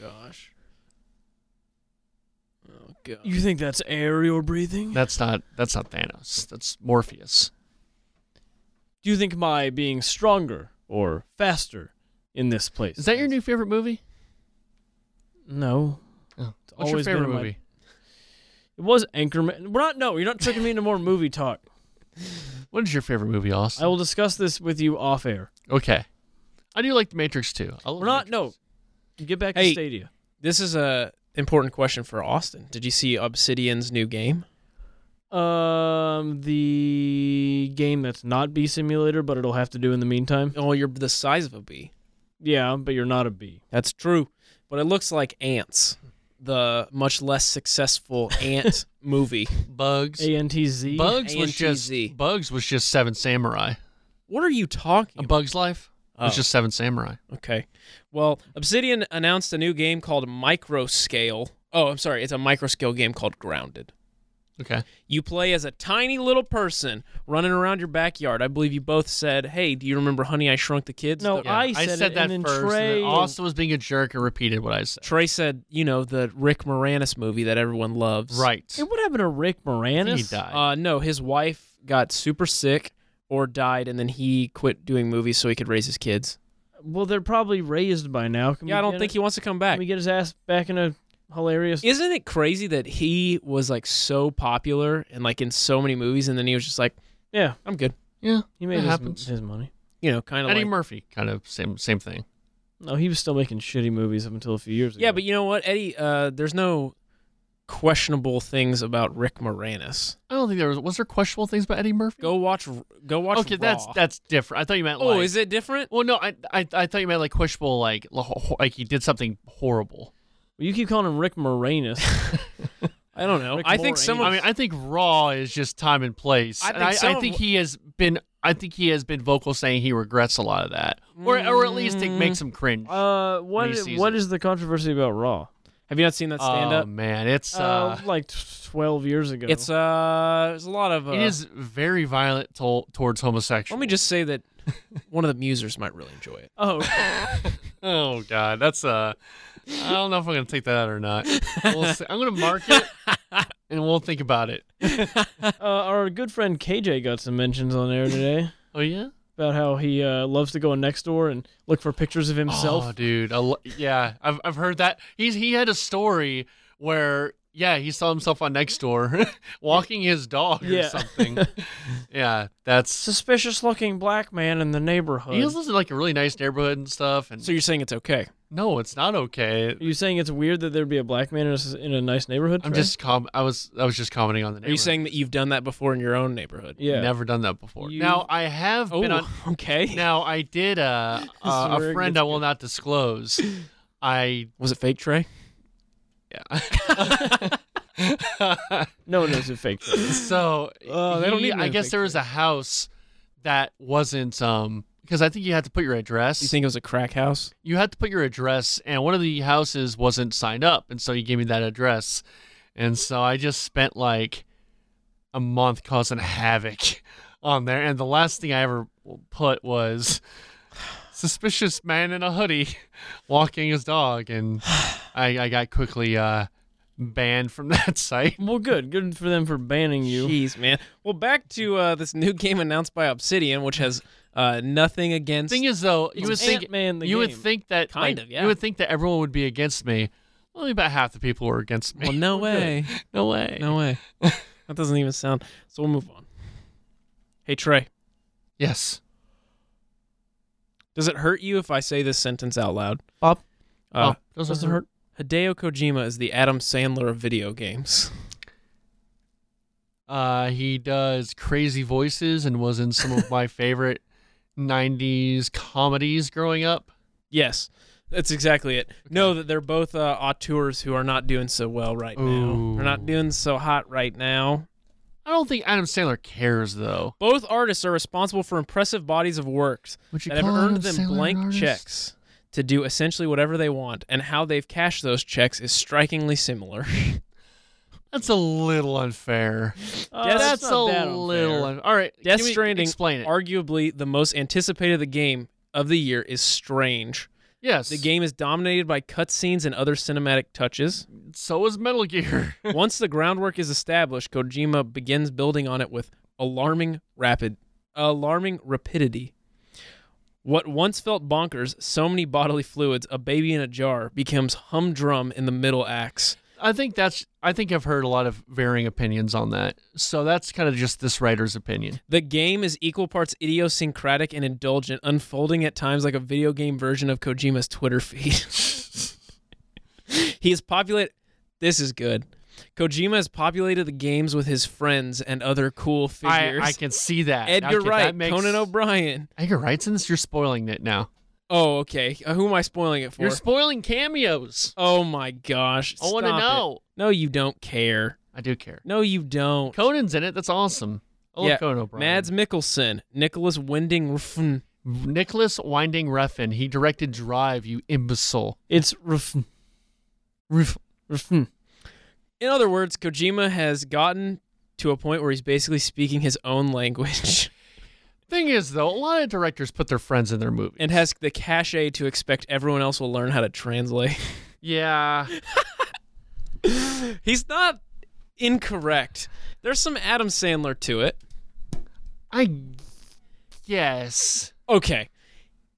Speaker 4: Gosh. Oh god.
Speaker 3: You think that's air you're breathing?
Speaker 2: That's not that's not Thanos. That's Morpheus.
Speaker 3: Do you think my being stronger or faster in this place?
Speaker 2: Is that your new favorite movie?
Speaker 3: No.
Speaker 2: Oh.
Speaker 3: It's
Speaker 2: What's
Speaker 3: always
Speaker 2: your favorite
Speaker 3: been my-
Speaker 2: movie?
Speaker 3: It was Anchorman. We're not. No, you're not tricking me into more movie talk.
Speaker 2: What is your favorite movie, Austin?
Speaker 3: I will discuss this with you off air.
Speaker 2: okay. I do like The Matrix too. I love
Speaker 3: We're not.
Speaker 2: The
Speaker 3: No.
Speaker 2: Matrix.
Speaker 3: Get back
Speaker 4: Hey.
Speaker 3: to Stadia.
Speaker 4: Uh, This is a important question for Austin. Did you see Obsidian's new game?
Speaker 3: Um, the game that's not Bee Simulator, but it'll have to do in the meantime.
Speaker 4: Oh, you're the size of a bee.
Speaker 3: Yeah, but you're not a bee.
Speaker 4: That's true. But it looks like Ants, the much less successful Ant movie.
Speaker 2: Bugs.
Speaker 3: A N T Z.
Speaker 2: Bugs was
Speaker 4: A&T-Z.
Speaker 2: just Bugs was just Seven Samurai.
Speaker 4: What are you talking
Speaker 2: A Bug's Life. It was
Speaker 4: Oh.
Speaker 2: just Seven Samurai.
Speaker 4: Okay. Well, Obsidian announced a new game called Microscale. Oh, I'm sorry. It's a microscale game called Grounded.
Speaker 2: Okay.
Speaker 4: You play as a tiny little person running around your backyard. I believe you both said, "Hey, do you remember Honey I Shrunk the Kids?"
Speaker 3: No,
Speaker 4: The-
Speaker 3: I said, it, and then Trey
Speaker 2: then Austin was being a jerk and repeated what I said.
Speaker 4: Trey said, "You know the Rick Moranis movie that everyone loves."
Speaker 2: Right.
Speaker 3: Hey, what happened to Rick Moranis?
Speaker 2: He died.
Speaker 4: Uh, no, his wife got super sick or died, and then he quit doing movies so he could raise his kids.
Speaker 3: Well, they're probably raised by now. Can
Speaker 4: yeah,
Speaker 3: we
Speaker 4: I don't
Speaker 3: get
Speaker 4: think
Speaker 3: it?
Speaker 4: he wants to come back.
Speaker 3: Can we get his ass back in a hilarious?
Speaker 4: Isn't it crazy that he was like so popular and like in so many movies, and then he was just like,
Speaker 3: Yeah,
Speaker 4: "I'm good,"
Speaker 2: yeah.
Speaker 3: he made
Speaker 2: it
Speaker 3: his,
Speaker 2: happens.
Speaker 3: his money.
Speaker 4: you know, kind of
Speaker 2: Eddie
Speaker 4: like.
Speaker 2: Murphy, kind of same same thing.
Speaker 3: No, he was still making shitty movies up until a few years ago.
Speaker 4: yeah, but you know what, Eddie? Uh, there's no questionable things about Rick Moranis.
Speaker 2: I don't think there was was there questionable things about Eddie Murphy.
Speaker 4: Go watch, go watch.
Speaker 2: okay, that's
Speaker 4: Raw.
Speaker 2: that's different. I thought you meant
Speaker 4: Oh,
Speaker 2: like.
Speaker 4: is it different?
Speaker 2: Well, no, I, I I thought you meant like questionable, like lo- ho- like he did something horrible.
Speaker 3: Well, you keep calling him Rick Moranis.
Speaker 4: I don't know.
Speaker 3: Rick
Speaker 4: I think some
Speaker 3: Moranis.
Speaker 4: of
Speaker 2: I mean, I think Raw is just time and place.
Speaker 4: I
Speaker 2: And
Speaker 4: think some
Speaker 2: I,
Speaker 4: of-
Speaker 2: think he has been. I think he has been vocal saying he regrets a lot of that, or or at least it makes
Speaker 4: Mm.
Speaker 2: him cringe.
Speaker 3: uh, what
Speaker 2: When he sees
Speaker 3: what
Speaker 2: it.
Speaker 3: is the controversy about Raw?
Speaker 4: have you not seen that stand
Speaker 2: Oh
Speaker 4: up?
Speaker 2: man, it's uh,
Speaker 3: Uh, like twelve years ago.
Speaker 4: it's uh, there's a lot of. Uh,
Speaker 2: it is very violent to- towards homosexuals.
Speaker 4: Let me just say that one of the musers might really enjoy it.
Speaker 3: oh,
Speaker 2: Oh god, that's uh I don't know if I'm gonna take that out or not. We'll see. I'm gonna mark it and we'll think about it.
Speaker 3: uh, our good friend KJ got some mentions on there today
Speaker 2: Oh yeah.
Speaker 3: about how he uh, loves to go on next door and look for pictures of himself.
Speaker 2: Oh dude, I lo- yeah, I've I've heard that. He's he had a story where yeah he saw himself on next door walking his dog or
Speaker 3: Yeah.
Speaker 2: something. yeah, that's.
Speaker 3: Suspicious looking black man in the neighborhood.
Speaker 2: He lives in like a really nice neighborhood and stuff, and
Speaker 4: So you're saying it's okay?
Speaker 2: no, it's not okay.
Speaker 3: Are you saying it's weird that there'd be a black man in a, s- in a nice neighborhood?
Speaker 2: I'm
Speaker 3: Trey?
Speaker 2: just com. I was I was just commenting on the.
Speaker 4: Are you saying that you've done that before in your own neighborhood?
Speaker 3: yeah.
Speaker 2: never done that before?
Speaker 3: You-
Speaker 2: Now I have
Speaker 4: Oh,
Speaker 2: been on
Speaker 4: okay.
Speaker 2: Now I did uh, uh,
Speaker 3: where
Speaker 2: a
Speaker 3: it
Speaker 2: friend
Speaker 3: gets
Speaker 2: I will not disclose. I
Speaker 4: Was it fake, Trey?
Speaker 3: No one knows it's fake.
Speaker 2: so
Speaker 3: Oh, they don't
Speaker 2: he-
Speaker 3: need no
Speaker 2: I guess there was a house that wasn't um because I think you had to put your address.
Speaker 4: You think it was a crack house?
Speaker 2: you had to put your address, and one of the houses wasn't signed up, and so you gave me that address, and so I just spent like a month causing havoc on there, and the last thing I ever put was suspicious man in a hoodie walking his dog, and I, I got quickly uh, banned from that site.
Speaker 3: Well, good. Good for them for banning you.
Speaker 4: Jeez, man. Well, back to uh, this new game announced by Obsidian, which has uh, nothing against.
Speaker 2: Thing is, though, you would think
Speaker 3: Ant-Man the
Speaker 2: you would
Speaker 3: game.
Speaker 2: think that
Speaker 4: Kind
Speaker 2: like,
Speaker 4: of, yeah.
Speaker 2: you would think that everyone would be against me. Only about half the people were against me.
Speaker 4: well, no way.
Speaker 2: no way.
Speaker 4: No way. that doesn't even sound. So we'll move on. Hey, Trey,
Speaker 2: Yes.
Speaker 4: does it hurt you if I say this sentence out loud?
Speaker 2: Bob?
Speaker 4: Uh,
Speaker 2: Oh, doesn't
Speaker 4: does it
Speaker 2: hurt.
Speaker 4: hurt? Hideo Kojima is the Adam Sandler of video games.
Speaker 2: Uh, he does crazy voices and was in some of my favorite '90s comedies growing up.
Speaker 4: Yes, that's exactly it. No, that they're both uh, auteurs who are not doing so well right now. They're not
Speaker 2: Ooh.
Speaker 4: doing so hot right now.
Speaker 2: I don't think Adam Sandler cares though.
Speaker 4: Both artists are responsible for impressive bodies of works
Speaker 2: Would you
Speaker 4: that have
Speaker 2: call
Speaker 4: earned
Speaker 2: Adam
Speaker 4: them
Speaker 2: Sandler
Speaker 4: blank
Speaker 2: an artist?
Speaker 4: checks to do essentially whatever they want, and how they've cashed those checks is strikingly similar.
Speaker 2: That's a little unfair.
Speaker 3: Uh,
Speaker 4: Yes,
Speaker 2: that's,
Speaker 3: that's
Speaker 2: a
Speaker 3: not that unfair.
Speaker 2: little. Un- All right,
Speaker 4: Death
Speaker 2: give me-
Speaker 4: Stranding,
Speaker 2: Explain it.
Speaker 4: arguably the most anticipated the game of the year, is Strange.
Speaker 2: yes,
Speaker 4: The game is dominated by cutscenes and other cinematic touches.
Speaker 2: So is Metal Gear.
Speaker 4: Once the groundwork is established, Kojima begins building on it with alarming rapid alarming rapidity. What once felt bonkers, so many bodily fluids, a baby in a jar, becomes humdrum in the middle acts.
Speaker 2: I think that's. I think I've heard a lot of varying opinions on that. So that's kind of just this writer's opinion.
Speaker 4: The game is equal parts idiosyncratic and indulgent, unfolding at times like a video game version of Kojima's Twitter feed. he is populate. This is good. Kojima has populated the games with his friends and other cool
Speaker 2: I,
Speaker 4: figures.
Speaker 2: I can see that.
Speaker 4: Edgar
Speaker 2: Okay,
Speaker 4: Wright,
Speaker 2: that makes-
Speaker 4: Conan O'Brien.
Speaker 2: Edgar Wright's in this. You're spoiling it now.
Speaker 4: Oh, okay. Uh, who am I spoiling it for?
Speaker 2: You're spoiling cameos.
Speaker 4: oh my gosh!
Speaker 2: I want to
Speaker 4: Stop it.
Speaker 2: know.
Speaker 4: No, you don't care.
Speaker 2: I do care.
Speaker 4: No, you don't.
Speaker 2: Conan's in it. That's awesome. I love
Speaker 4: yeah,
Speaker 2: Conan O'Brien.
Speaker 4: Mads Mikkelsen, Nicholas Winding Refn.
Speaker 2: Nicholas Winding Refn. He directed Drive. You imbecile.
Speaker 3: It's ref-
Speaker 2: Ref-
Speaker 4: Mm-hmm.
Speaker 3: ref-
Speaker 4: In other words, Kojima has gotten to a point where he's basically speaking his own language
Speaker 2: Thing is, though, a lot of directors put their friends in their movies.
Speaker 4: and has the cachet to expect everyone else will learn how to translate.
Speaker 2: yeah,
Speaker 4: he's not incorrect. There's some Adam Sandler to it.
Speaker 2: I guess
Speaker 4: Okay.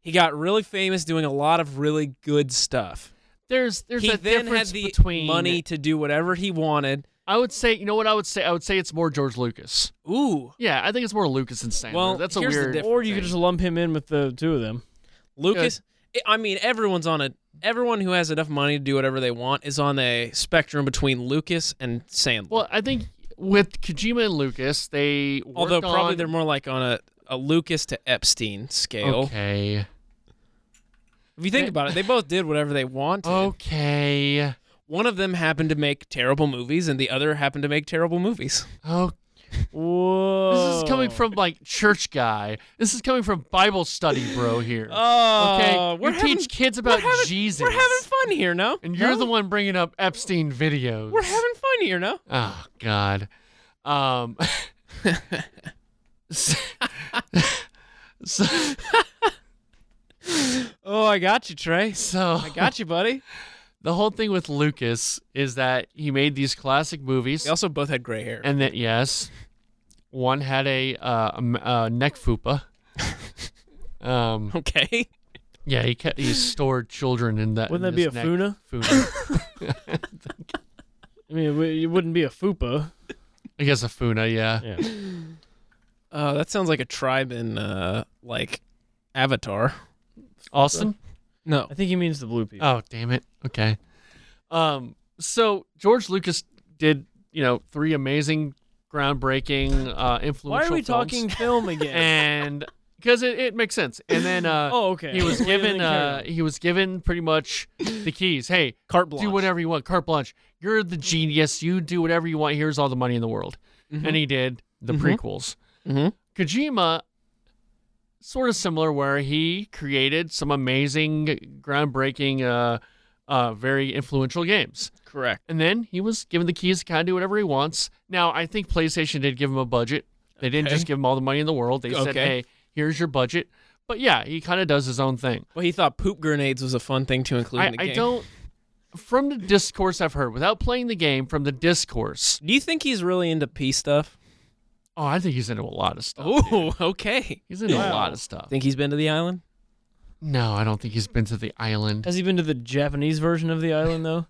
Speaker 4: He got really famous doing a lot of really good stuff.
Speaker 2: there's there's
Speaker 4: he
Speaker 2: a
Speaker 4: then had
Speaker 2: difference
Speaker 4: the
Speaker 2: between
Speaker 4: money to do whatever he wanted.
Speaker 2: I would say you know what I would say. I would say it's more George Lucas.
Speaker 4: Ooh,
Speaker 2: Yeah, I think it's more Lucas and Sandler.
Speaker 4: Well,
Speaker 2: that's a
Speaker 4: here's the
Speaker 2: weird.
Speaker 4: difference.
Speaker 3: or you could just lump him in with the two of them.
Speaker 4: Lucas. I I mean, everyone's on a everyone who has enough money to do whatever they want is on a spectrum between Lucas and Sandler.
Speaker 2: well, I think with Kojima and Lucas, they worked
Speaker 4: Although probably
Speaker 2: on-
Speaker 4: they're more like on a, a Lucas to Epstein scale.
Speaker 2: okay.
Speaker 4: If you think about it, they both did whatever they wanted.
Speaker 2: Oh. Okay.
Speaker 4: One of them happened to make terrible movies, and the other happened to make terrible movies.
Speaker 2: Oh,
Speaker 3: Whoa.
Speaker 2: this is coming from like church guy. This is coming from Bible study, bro. Here.
Speaker 4: Oh,
Speaker 2: okay.
Speaker 4: we're
Speaker 2: you
Speaker 4: having,
Speaker 2: teach kids about
Speaker 4: we're having-
Speaker 2: Jesus,
Speaker 4: We're having fun here, no?
Speaker 2: and you're the one bringing up Epstein videos.
Speaker 4: We're having fun here, no?
Speaker 2: oh God. Um. so- so-
Speaker 4: Oh, I got you, Trey.
Speaker 2: so
Speaker 4: I got you, buddy.
Speaker 2: the whole thing with Lucas is that he made these classic movies.
Speaker 4: They also both had gray hair.
Speaker 2: and that yes, one had a uh, um, uh, neck fupa. um,
Speaker 4: okay.
Speaker 2: yeah, he kept, he stored children in that.
Speaker 3: Wouldn't
Speaker 2: in
Speaker 3: that be a
Speaker 2: his neck
Speaker 3: funa?
Speaker 2: funa?
Speaker 3: I mean, it it wouldn't be a fupa.
Speaker 2: I guess a funa, yeah.
Speaker 3: Yeah.
Speaker 4: Uh, that sounds like a tribe in uh, like Avatar.
Speaker 2: Austin.
Speaker 4: No.
Speaker 3: I think he means the blue people.
Speaker 2: Oh damn it. Okay. Um. So George Lucas did you know three amazing, groundbreaking, uh, influential.
Speaker 3: Why are we
Speaker 2: films.
Speaker 3: talking film again?
Speaker 2: And because it, it makes sense. And then uh,
Speaker 3: oh, okay.
Speaker 2: he was
Speaker 3: Well, yeah,
Speaker 2: given
Speaker 3: then carry on.
Speaker 2: uh, he was given pretty much the keys. Hey,
Speaker 4: Carte blanche.
Speaker 2: do whatever you want. Carte blanche. You're the genius. You do whatever you want. Here's all the money in the world. And he did the prequels.
Speaker 4: Mhm.
Speaker 2: Kojima sort of similar where he created some amazing, groundbreaking, uh, uh, very influential games.
Speaker 4: Correct.
Speaker 2: And then he was given the keys to kind of do whatever he wants. Now, I think PlayStation did give him a budget. They didn't just give him all the money in the world. They said,
Speaker 4: Okay.
Speaker 2: hey, here's your budget. But yeah, he kind of does his own thing.
Speaker 4: Well, he thought poop grenades was a fun thing to include in
Speaker 2: I,
Speaker 4: the
Speaker 2: I
Speaker 4: game.
Speaker 2: don't, from the discourse I've heard, without playing the game, from the discourse,
Speaker 4: Do you think he's really into pee stuff?
Speaker 2: oh, I think he's into a lot of stuff.
Speaker 4: Ooh, okay.
Speaker 2: He's into a lot of stuff.
Speaker 4: Think he's been to the island?
Speaker 2: No, I don't think he's been to the island.
Speaker 3: Has he been to the Japanese version of the island though?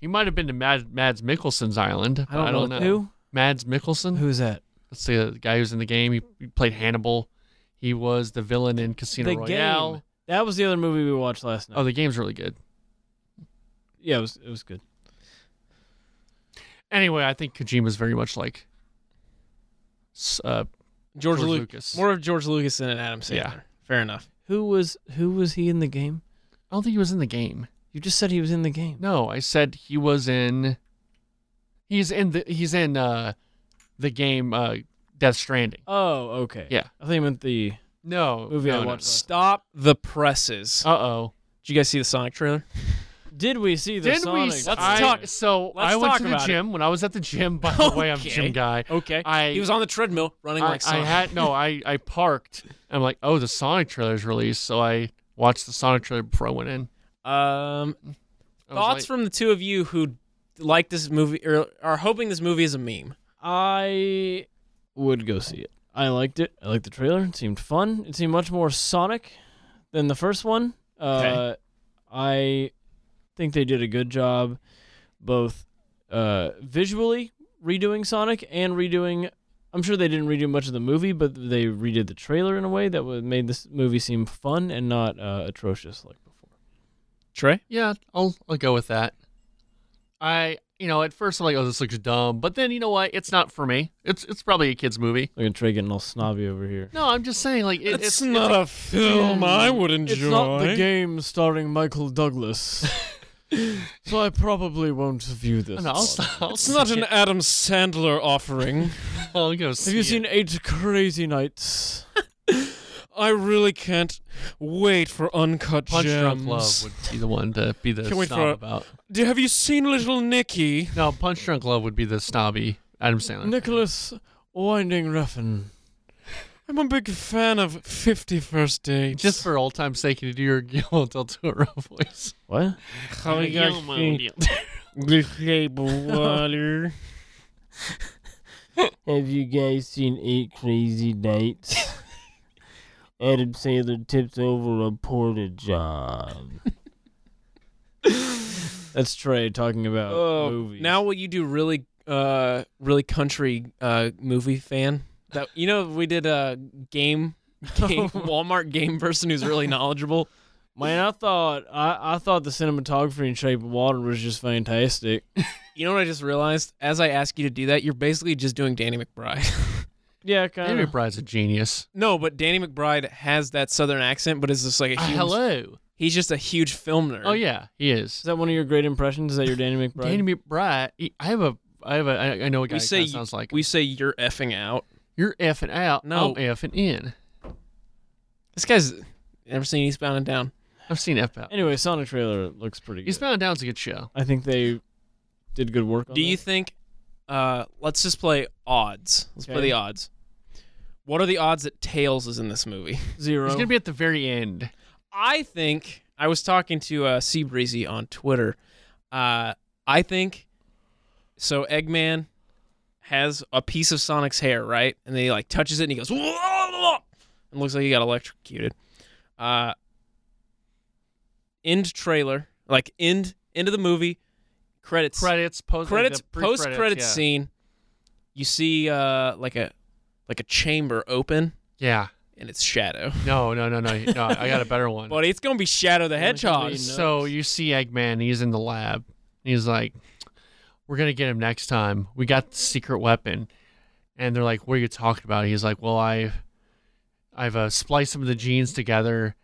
Speaker 2: He might have been to Mad, Mads Mikkelsen's island. but I don't know.
Speaker 3: Who?
Speaker 2: Mads Mikkelsen.
Speaker 3: Who's that?
Speaker 2: That's the guy who's in the game. He, he played Hannibal. He was the villain in Casino
Speaker 3: the
Speaker 2: Royale.
Speaker 3: game. That was the other movie we watched last night.
Speaker 2: Oh, the game's really good.
Speaker 3: yeah, it was it was good.
Speaker 2: Anyway, I think Kojima's very much like. s- Uh,
Speaker 4: George,
Speaker 2: George
Speaker 4: Lu-
Speaker 2: Lucas.
Speaker 4: More of George Lucas than an Adam Sandler.
Speaker 2: Yeah.
Speaker 4: Fair enough.
Speaker 3: Who was who was he in the game?
Speaker 2: I don't think he was in the game.
Speaker 3: You just said he was in the game.
Speaker 2: No, I said he was in. He's in the he's in uh, the game uh, Death Stranding.
Speaker 3: Oh, okay.
Speaker 2: Yeah.
Speaker 3: I think I meant the
Speaker 2: No,
Speaker 3: movie
Speaker 2: no,
Speaker 3: I
Speaker 2: no.
Speaker 3: watched. last-
Speaker 4: Stop the presses.
Speaker 2: Uh oh.
Speaker 4: Did you guys see the Sonic trailer?
Speaker 3: Did we see the
Speaker 2: Didn't
Speaker 3: Sonic?
Speaker 2: we? s-
Speaker 3: trailer?
Speaker 2: I- So
Speaker 4: let's
Speaker 2: I went
Speaker 4: talk
Speaker 2: to the
Speaker 4: about it.
Speaker 2: gym when I was at the gym. By the way, I'm a gym
Speaker 4: Okay.
Speaker 2: guy.
Speaker 4: Okay.
Speaker 2: I-
Speaker 4: he was on the treadmill running
Speaker 2: I,
Speaker 4: like
Speaker 2: I
Speaker 4: Sonic.
Speaker 2: had no. I I parked. I'm like, oh, the Sonic trailer's released, so I watched the Sonic trailer before I went in.
Speaker 4: um,
Speaker 2: I was
Speaker 4: thoughts
Speaker 2: like,
Speaker 4: from the two of you who like this movie or are hoping this movie is a meme.
Speaker 3: I would go see it. I liked it. I liked the trailer. It seemed fun. It seemed much more Sonic than the first one. Uh, I think they did a good job both uh, visually redoing Sonic and redoing. I'm sure they didn't redo much of the movie, but they redid the trailer in a way that would made this movie seem fun and not uh, atrocious like before.
Speaker 4: Trey?
Speaker 2: yeah, I'll I'll go with that. I you know at first I'm like, oh, this looks dumb, but then you know what? It's not for me. It's it's probably a kids movie.
Speaker 3: Look at Trey getting all snobby over here.
Speaker 2: No, I'm just saying like it, it's
Speaker 4: a film I would enjoy.
Speaker 3: It's not the game starring Michael Douglas. so I probably won't view this.
Speaker 2: No, I'll, I'll,
Speaker 4: It's not an Adam Sandler offering.
Speaker 2: I'll go
Speaker 3: Have you seen Eight Crazy Nights?
Speaker 4: I really can't wait for Uncut
Speaker 2: Punch Drunk
Speaker 4: Gems.
Speaker 2: Love would be the one to be the
Speaker 4: Can't wait
Speaker 2: snob
Speaker 4: for a-
Speaker 2: about.
Speaker 4: D- Have you seen Little Nicky?
Speaker 2: No, Punch Drunk Love would be the snobby Adam Sandler.
Speaker 3: Nicholas Winding Refn.
Speaker 4: I'm a big fan of Fifty First Dates.
Speaker 2: Just for old time's sake, you do your Guillermo del Toro voice.
Speaker 3: What?
Speaker 4: how we got water.
Speaker 3: Have you guys seen Eight Crazy Nights? Adam Sandler tips over a porta john. That's Trey talking about movies.
Speaker 4: Oh, now will you do really, uh, really country uh, movie fan? That you know we did a game, game Walmart game person who's really knowledgeable.
Speaker 3: man, I thought I, I thought the cinematography in Shape of Water was just fantastic.
Speaker 4: You know what I just realized? As I ask you to do that, you're basically just doing Danny McBride.
Speaker 3: Yeah, kind
Speaker 2: Henry
Speaker 3: of.
Speaker 2: Bride's a genius.
Speaker 4: no, but Danny McBride has that southern accent, but is just like a huge,
Speaker 2: hello.
Speaker 4: He's just a huge film nerd.
Speaker 2: Oh yeah, he
Speaker 3: Is
Speaker 2: is.
Speaker 3: that one of your great impressions? Is that your Danny McBride?
Speaker 2: Danny McBride. he- I have a. I have a. I, I know a guy.
Speaker 4: We
Speaker 2: who
Speaker 4: say
Speaker 2: kinda sounds like
Speaker 4: we say you're effing out.
Speaker 2: you're effing out.
Speaker 4: No.
Speaker 2: I'm effing in.
Speaker 4: This guy's never seen Eastbound and Down.
Speaker 2: I've seen F out.
Speaker 3: Anyway, Sonic trailer looks pretty good.
Speaker 2: Eastbound and Down's a good show.
Speaker 3: I think they did good work on
Speaker 4: Do you
Speaker 3: that.
Speaker 4: think? Uh, let's just play odds. Let's play
Speaker 3: Okay.
Speaker 4: the odds. What are the odds that Tails is in this movie?
Speaker 3: zero?
Speaker 2: He's gonna be at the very end.
Speaker 4: I think I was talking to uh, Sea Breezy on Twitter. Uh, I think so. Eggman has a piece of Sonic's hair, right? And then he like touches it and he goes and looks like he got electrocuted. Uh, end trailer, like end end of the movie, credits,
Speaker 2: Credits. Post
Speaker 4: credits, post credits
Speaker 2: yeah.
Speaker 4: scene. You see uh, like a like a chamber open
Speaker 2: Yeah.
Speaker 4: and it's Shadow,
Speaker 2: No. No. No. No. no I got a better one.
Speaker 4: but it's gonna be Shadow the Hedgehog.
Speaker 2: So you see Eggman, he's in the lab. He's like, We're gonna get him next time. We got the secret weapon. And they're like, What are you talking about? He's like, Well, I've I've uh, spliced some of the genes together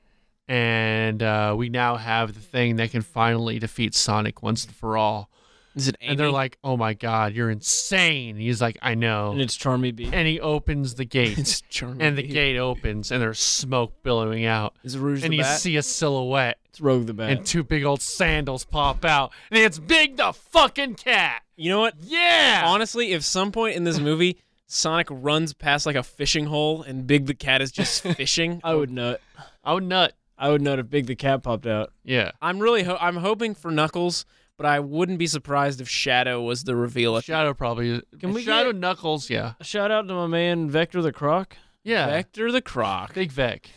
Speaker 2: and uh, we now have the thing that can finally defeat Sonic once and for all.
Speaker 4: Is it Amy?
Speaker 2: And they're like, "Oh my god, you're insane!" He's like, "I know."
Speaker 3: And it's Charmy B.
Speaker 2: And he opens the gate,
Speaker 4: it's Charmy.
Speaker 2: and the
Speaker 4: B.
Speaker 2: gate opens, and there's smoke billowing out,
Speaker 4: is it Rouge
Speaker 2: and
Speaker 4: the
Speaker 2: you
Speaker 4: Bat?
Speaker 2: see a silhouette,
Speaker 3: It's Rogue the Bat.
Speaker 2: and two big old sandals pop out, and it's Big the fucking cat.
Speaker 4: you know what?
Speaker 2: Yeah.
Speaker 4: Honestly, if some point in this movie Sonic runs past like a fishing hole and Big the Cat is just fishing,
Speaker 3: I would nut.
Speaker 2: oh nut.
Speaker 3: I would nut if Big the Cat popped out.
Speaker 2: Yeah.
Speaker 4: I'm really ho- I'm hoping for Knuckles, but I wouldn't be surprised if Shadow was the reveal. at
Speaker 2: Shadow probably.
Speaker 3: Can we
Speaker 2: Shadow
Speaker 3: get-
Speaker 2: Knuckles? Yeah.
Speaker 3: Shout out to my man Vector the Croc.
Speaker 2: Yeah.
Speaker 4: Vector the Croc.
Speaker 2: Big Vec.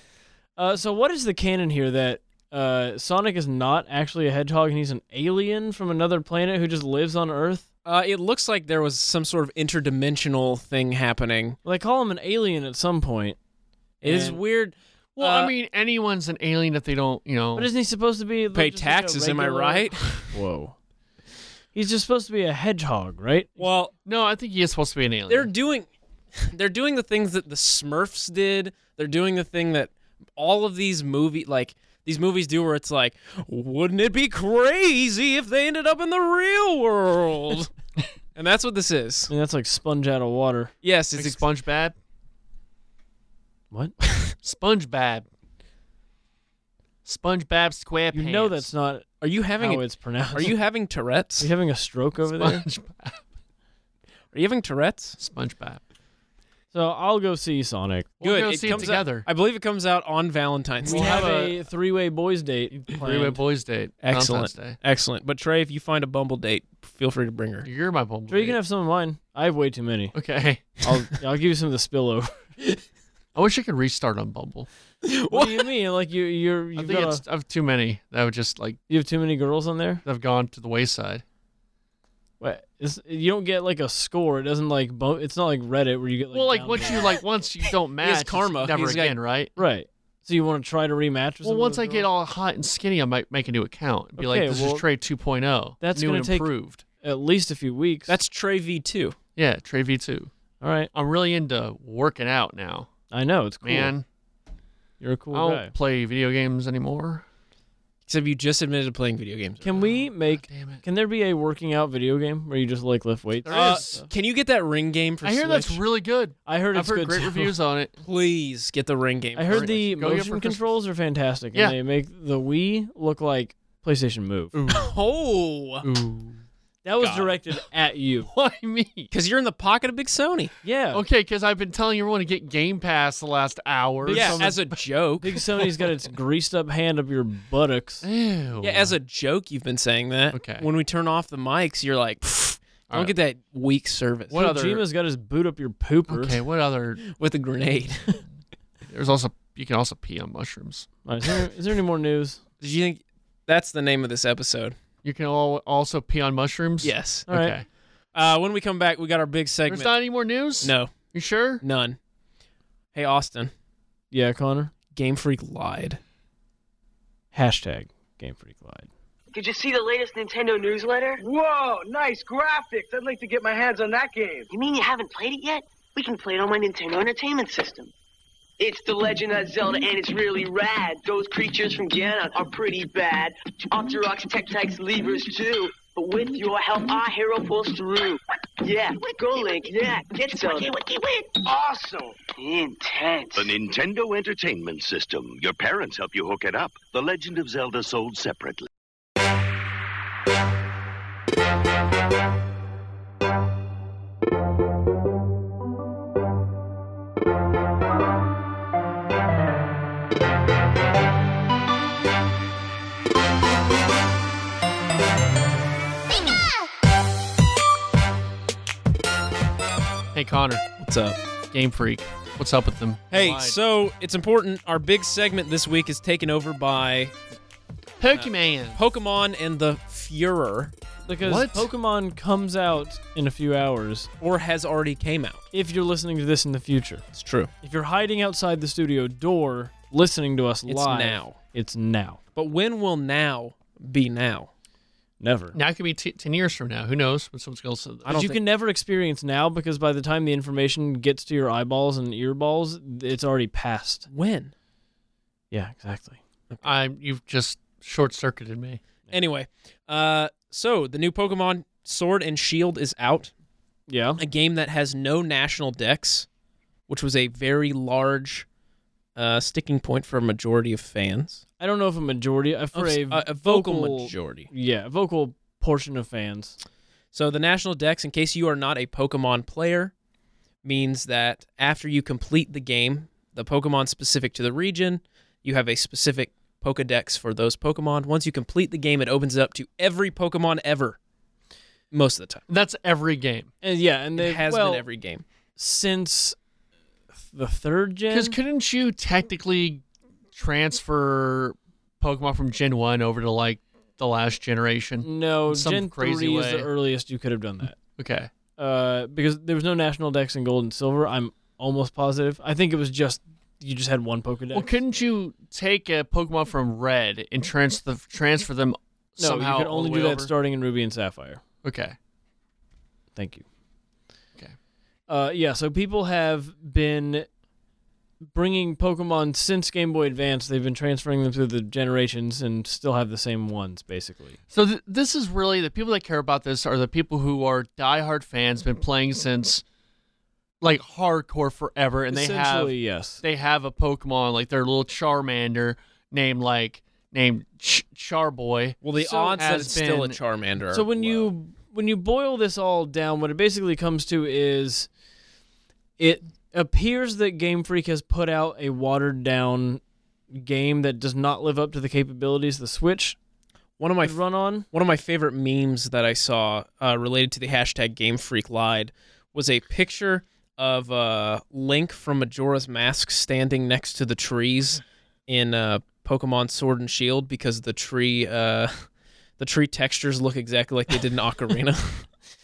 Speaker 3: Uh, so what is the canon here that uh, Sonic is not actually a hedgehog and he's an alien from another planet who just lives on Earth?
Speaker 4: Uh, it looks like there was some sort of interdimensional thing happening.
Speaker 3: Well, they call him an alien at some point.
Speaker 4: It is
Speaker 3: And-
Speaker 4: weird.
Speaker 2: Well,
Speaker 4: Uh,
Speaker 2: I mean, anyone's an alien if they don't, you know.
Speaker 3: But isn't he supposed to be
Speaker 4: Pay
Speaker 3: just like a
Speaker 4: taxes, am I
Speaker 3: regular-
Speaker 4: right?
Speaker 3: Whoa. He's just supposed to be a hedgehog, right?
Speaker 4: Well,
Speaker 2: no, I think he is supposed to be an alien.
Speaker 4: they're doing they're doing the things that the Smurfs did. They're doing the thing that all of these movie like these movies do where it's like, wouldn't it be crazy if they ended up in the real world? and that's what this is.
Speaker 3: I mean, that's like sponge out of water.
Speaker 4: Yes,
Speaker 2: Like
Speaker 4: it's ex-
Speaker 2: SpongeBob.
Speaker 3: What?
Speaker 2: SpongeBob. SpongeBob SquarePants.
Speaker 3: You know that's not
Speaker 4: Are you having
Speaker 3: how
Speaker 4: a-
Speaker 3: it's pronounced.
Speaker 4: Are you having Tourette's?
Speaker 3: Are you having a stroke over there?
Speaker 2: SpongeBob.
Speaker 4: Are you having Tourette's?
Speaker 2: SpongeBob.
Speaker 3: So I'll go see Sonic.
Speaker 2: We'll
Speaker 4: Good.
Speaker 2: go
Speaker 4: it
Speaker 2: see
Speaker 4: comes out-
Speaker 2: together.
Speaker 4: I believe it comes out on Valentine's
Speaker 3: We'll
Speaker 4: Day.
Speaker 3: have a, three-way boys date.
Speaker 2: Three-way
Speaker 3: planned.
Speaker 2: boys date.
Speaker 4: Excellent.
Speaker 2: Valentine's
Speaker 4: Excellent. But Trey, if you find a bumble date, feel free to bring her.
Speaker 2: Day. You're my bumble.
Speaker 3: Sure, you can have some of mine. I have way too many.
Speaker 2: Okay.
Speaker 3: I'll I'll give you some of the spillover.
Speaker 2: I wish I could restart on Bumble.
Speaker 3: What do you mean? Like you you're
Speaker 2: I
Speaker 3: you've
Speaker 2: think
Speaker 3: got
Speaker 2: it's,
Speaker 3: a,
Speaker 2: I have too many that would just like
Speaker 3: you have too many girls on there.
Speaker 2: have gone to the wayside.
Speaker 3: What? It's, you don't get like a score. It doesn't like bump. It's not like Reddit where you get like.
Speaker 2: well, like
Speaker 3: downvotes.
Speaker 2: once you like once you don't match, it's
Speaker 4: karma.
Speaker 2: never
Speaker 4: He's got-
Speaker 2: again, right?
Speaker 3: right. So you want to try to rematch? With
Speaker 2: Well,
Speaker 3: some
Speaker 2: once
Speaker 3: of
Speaker 2: I
Speaker 3: those
Speaker 2: get
Speaker 3: girls?
Speaker 2: all hot and skinny, I might make a new account and be
Speaker 3: Okay,
Speaker 2: like, "This
Speaker 3: well,
Speaker 2: is Trade 2.0.
Speaker 3: that's
Speaker 2: oh, new
Speaker 3: gonna
Speaker 2: and
Speaker 3: take-
Speaker 2: improved."
Speaker 3: at least a few weeks.
Speaker 4: That's Trey V2.
Speaker 2: Yeah, Trade V2.
Speaker 3: all right.
Speaker 2: I'm really into working out now,
Speaker 3: I know it's cool.
Speaker 2: man. Oh.
Speaker 3: You're a cool
Speaker 2: I don't
Speaker 3: guy.
Speaker 2: play video games anymore.
Speaker 4: Except you just admitted to playing video games.
Speaker 3: Can we make?
Speaker 2: Damn it!
Speaker 3: Can there be a working out video game where you just like lift weights?
Speaker 2: There
Speaker 4: Uh,
Speaker 2: is.
Speaker 4: can you get that ring game for
Speaker 2: I hear
Speaker 4: Switch?
Speaker 2: that's really good.
Speaker 3: I heard
Speaker 2: I've
Speaker 3: it's
Speaker 2: heard
Speaker 3: good
Speaker 2: great
Speaker 3: too.
Speaker 2: reviews on it.
Speaker 4: Please get the ring game.
Speaker 3: I
Speaker 4: for
Speaker 3: heard
Speaker 4: Switch.
Speaker 3: the
Speaker 2: Go get it for
Speaker 3: motion
Speaker 2: Christmas.
Speaker 3: controls are fantastic,
Speaker 2: Yeah.
Speaker 3: and they make the Wii look like PlayStation Move.
Speaker 4: Oh.
Speaker 2: Ooh,
Speaker 3: That was
Speaker 4: God.
Speaker 3: directed at you.
Speaker 2: why me?
Speaker 4: Because you're in the pocket of Big Sony.
Speaker 3: Yeah.
Speaker 2: Okay, because I've been telling everyone to get Game Pass the last hour.
Speaker 4: yeah, as a joke.
Speaker 3: Big Sony's got its greased up hand up your buttocks.
Speaker 2: Ew.
Speaker 4: Yeah, as a joke, you've been saying that.
Speaker 2: Okay.
Speaker 4: When we turn off the mics, you're like, "Pfft, don't
Speaker 2: Alright.
Speaker 4: get that weak service
Speaker 2: What other-
Speaker 3: Kojima's got his boot up your pooper.
Speaker 2: okay. What other?
Speaker 4: with a grenade.
Speaker 2: There's also you can also pee on mushrooms.
Speaker 3: All right, is, there, is there any more news?
Speaker 4: Did you think that's the name of this episode?
Speaker 2: You can al- also pee on mushrooms.
Speaker 4: Yes.
Speaker 3: All right.
Speaker 2: okay.
Speaker 4: Uh, when we come back, we got our big segment.
Speaker 2: There's not any more news?
Speaker 4: no,
Speaker 2: You sure?
Speaker 4: none. Hey, Austin,
Speaker 3: Yeah, Connor.
Speaker 4: Game Freak lied.
Speaker 3: Hashtag Game Freak lied.
Speaker 8: Did you see the latest Nintendo newsletter?
Speaker 9: Whoa, nice graphics. I'd like to get my hands on that game.
Speaker 8: You mean you haven't played it yet? We can play it on my Nintendo Entertainment System. It's The Legend of Zelda, and it's really rad. Those creatures from Ganon are pretty bad. Octoroks, Tektites, Levers, too. But with your help, our hero pulls through. Yeah, go Link, yeah, get Zelda.
Speaker 9: Awesome.
Speaker 8: Intense.
Speaker 10: The Nintendo Entertainment System. Your parents help you hook it up. The Legend of Zelda sold separately.
Speaker 2: Hey Connor,
Speaker 4: What's up?
Speaker 2: Game Freak. What's up with them?
Speaker 4: Hey,
Speaker 2: Lied.
Speaker 4: so it's important. Our big segment this week is taken over by
Speaker 2: Pokemon.
Speaker 4: Pokemon and the Fuhrer,
Speaker 3: Because
Speaker 2: What?
Speaker 3: Pokemon comes out in a few hours
Speaker 4: or has already came out.
Speaker 3: if you're listening to this in the future.
Speaker 4: It's true.
Speaker 3: If you're hiding outside the studio door listening to us
Speaker 4: It's
Speaker 3: live,
Speaker 4: now.
Speaker 3: it's now.
Speaker 4: But when will now be now?
Speaker 3: Never.
Speaker 2: now it could be t- ten years from now. Who knows when someone else?
Speaker 3: But you can never experience now because by the time the information gets to your eyeballs and earballs, it's already past.
Speaker 4: When?
Speaker 3: Yeah, exactly.
Speaker 2: I'm. You've just short circuited me.
Speaker 4: Anyway, uh, so the new Pokemon Sword and Shield is out,
Speaker 3: Yeah.
Speaker 4: a game that has no national decks, which was a very large uh, sticking point for a majority of fans.
Speaker 3: I don't know if a majority uh, for
Speaker 4: Of s-
Speaker 3: a,
Speaker 4: a- a vocal majority.
Speaker 3: Yeah, vocal portion of fans.
Speaker 4: So the national decks, in case you are not a Pokemon player, means that after you complete the game, the Pokemon specific to the region, you have a specific Pokedex for those Pokemon. Once you complete the game, it opens it up to every Pokemon ever. Most of the time,
Speaker 2: That's every game.
Speaker 3: And yeah, and they
Speaker 4: it has
Speaker 3: well,
Speaker 4: been every game.
Speaker 3: since the third gen.
Speaker 2: Because couldn't you technically transfer Pokemon from Gen 1 over to like the last
Speaker 4: Mm.
Speaker 2: generation?
Speaker 3: no,
Speaker 2: in some
Speaker 3: Gen
Speaker 2: crazy
Speaker 3: three is the
Speaker 2: way.
Speaker 3: earliest you could have done that.
Speaker 2: Okay.
Speaker 3: Uh, because there was no national decks in gold and silver. I'm almost positive. I think it was just you just had one Pokedex.
Speaker 2: Well, couldn't you take a Pokemon from Red and trans- the, transfer them
Speaker 3: no,
Speaker 2: somehow?
Speaker 3: you could
Speaker 2: all
Speaker 3: only
Speaker 2: the way
Speaker 3: do that
Speaker 2: over?
Speaker 3: starting in Ruby and Sapphire.
Speaker 2: Okay.
Speaker 3: Thank you.
Speaker 2: Okay.
Speaker 3: Uh, yeah, so people have been bringing Pokemon since Game Boy Advance. They've been transferring them through the generations and still have the same ones, basically.
Speaker 2: So th- this is really the people that care about this are the people who are diehard fans, been playing since like hardcore forever, and they have
Speaker 3: Essentially, yes.
Speaker 2: they have a Pokemon like their little Charmander named like named Ch- Charboy.
Speaker 4: Well, the
Speaker 2: So
Speaker 4: odds that
Speaker 2: has
Speaker 4: it's still a
Speaker 2: been-
Speaker 4: Charmander.
Speaker 3: So when you when you boil this all down, what it basically comes to is it appears that Game Freak has put out a watered down game that does not live up to the capabilities the Switch
Speaker 4: one of my
Speaker 3: could run on.
Speaker 4: One of my favorite memes that I saw uh, related to the hashtag Game Freak lied was a picture of uh, Link from Majora's Mask standing next to the trees in uh, Pokemon Sword and Shield because the tree uh, the tree textures look exactly like they did in Ocarina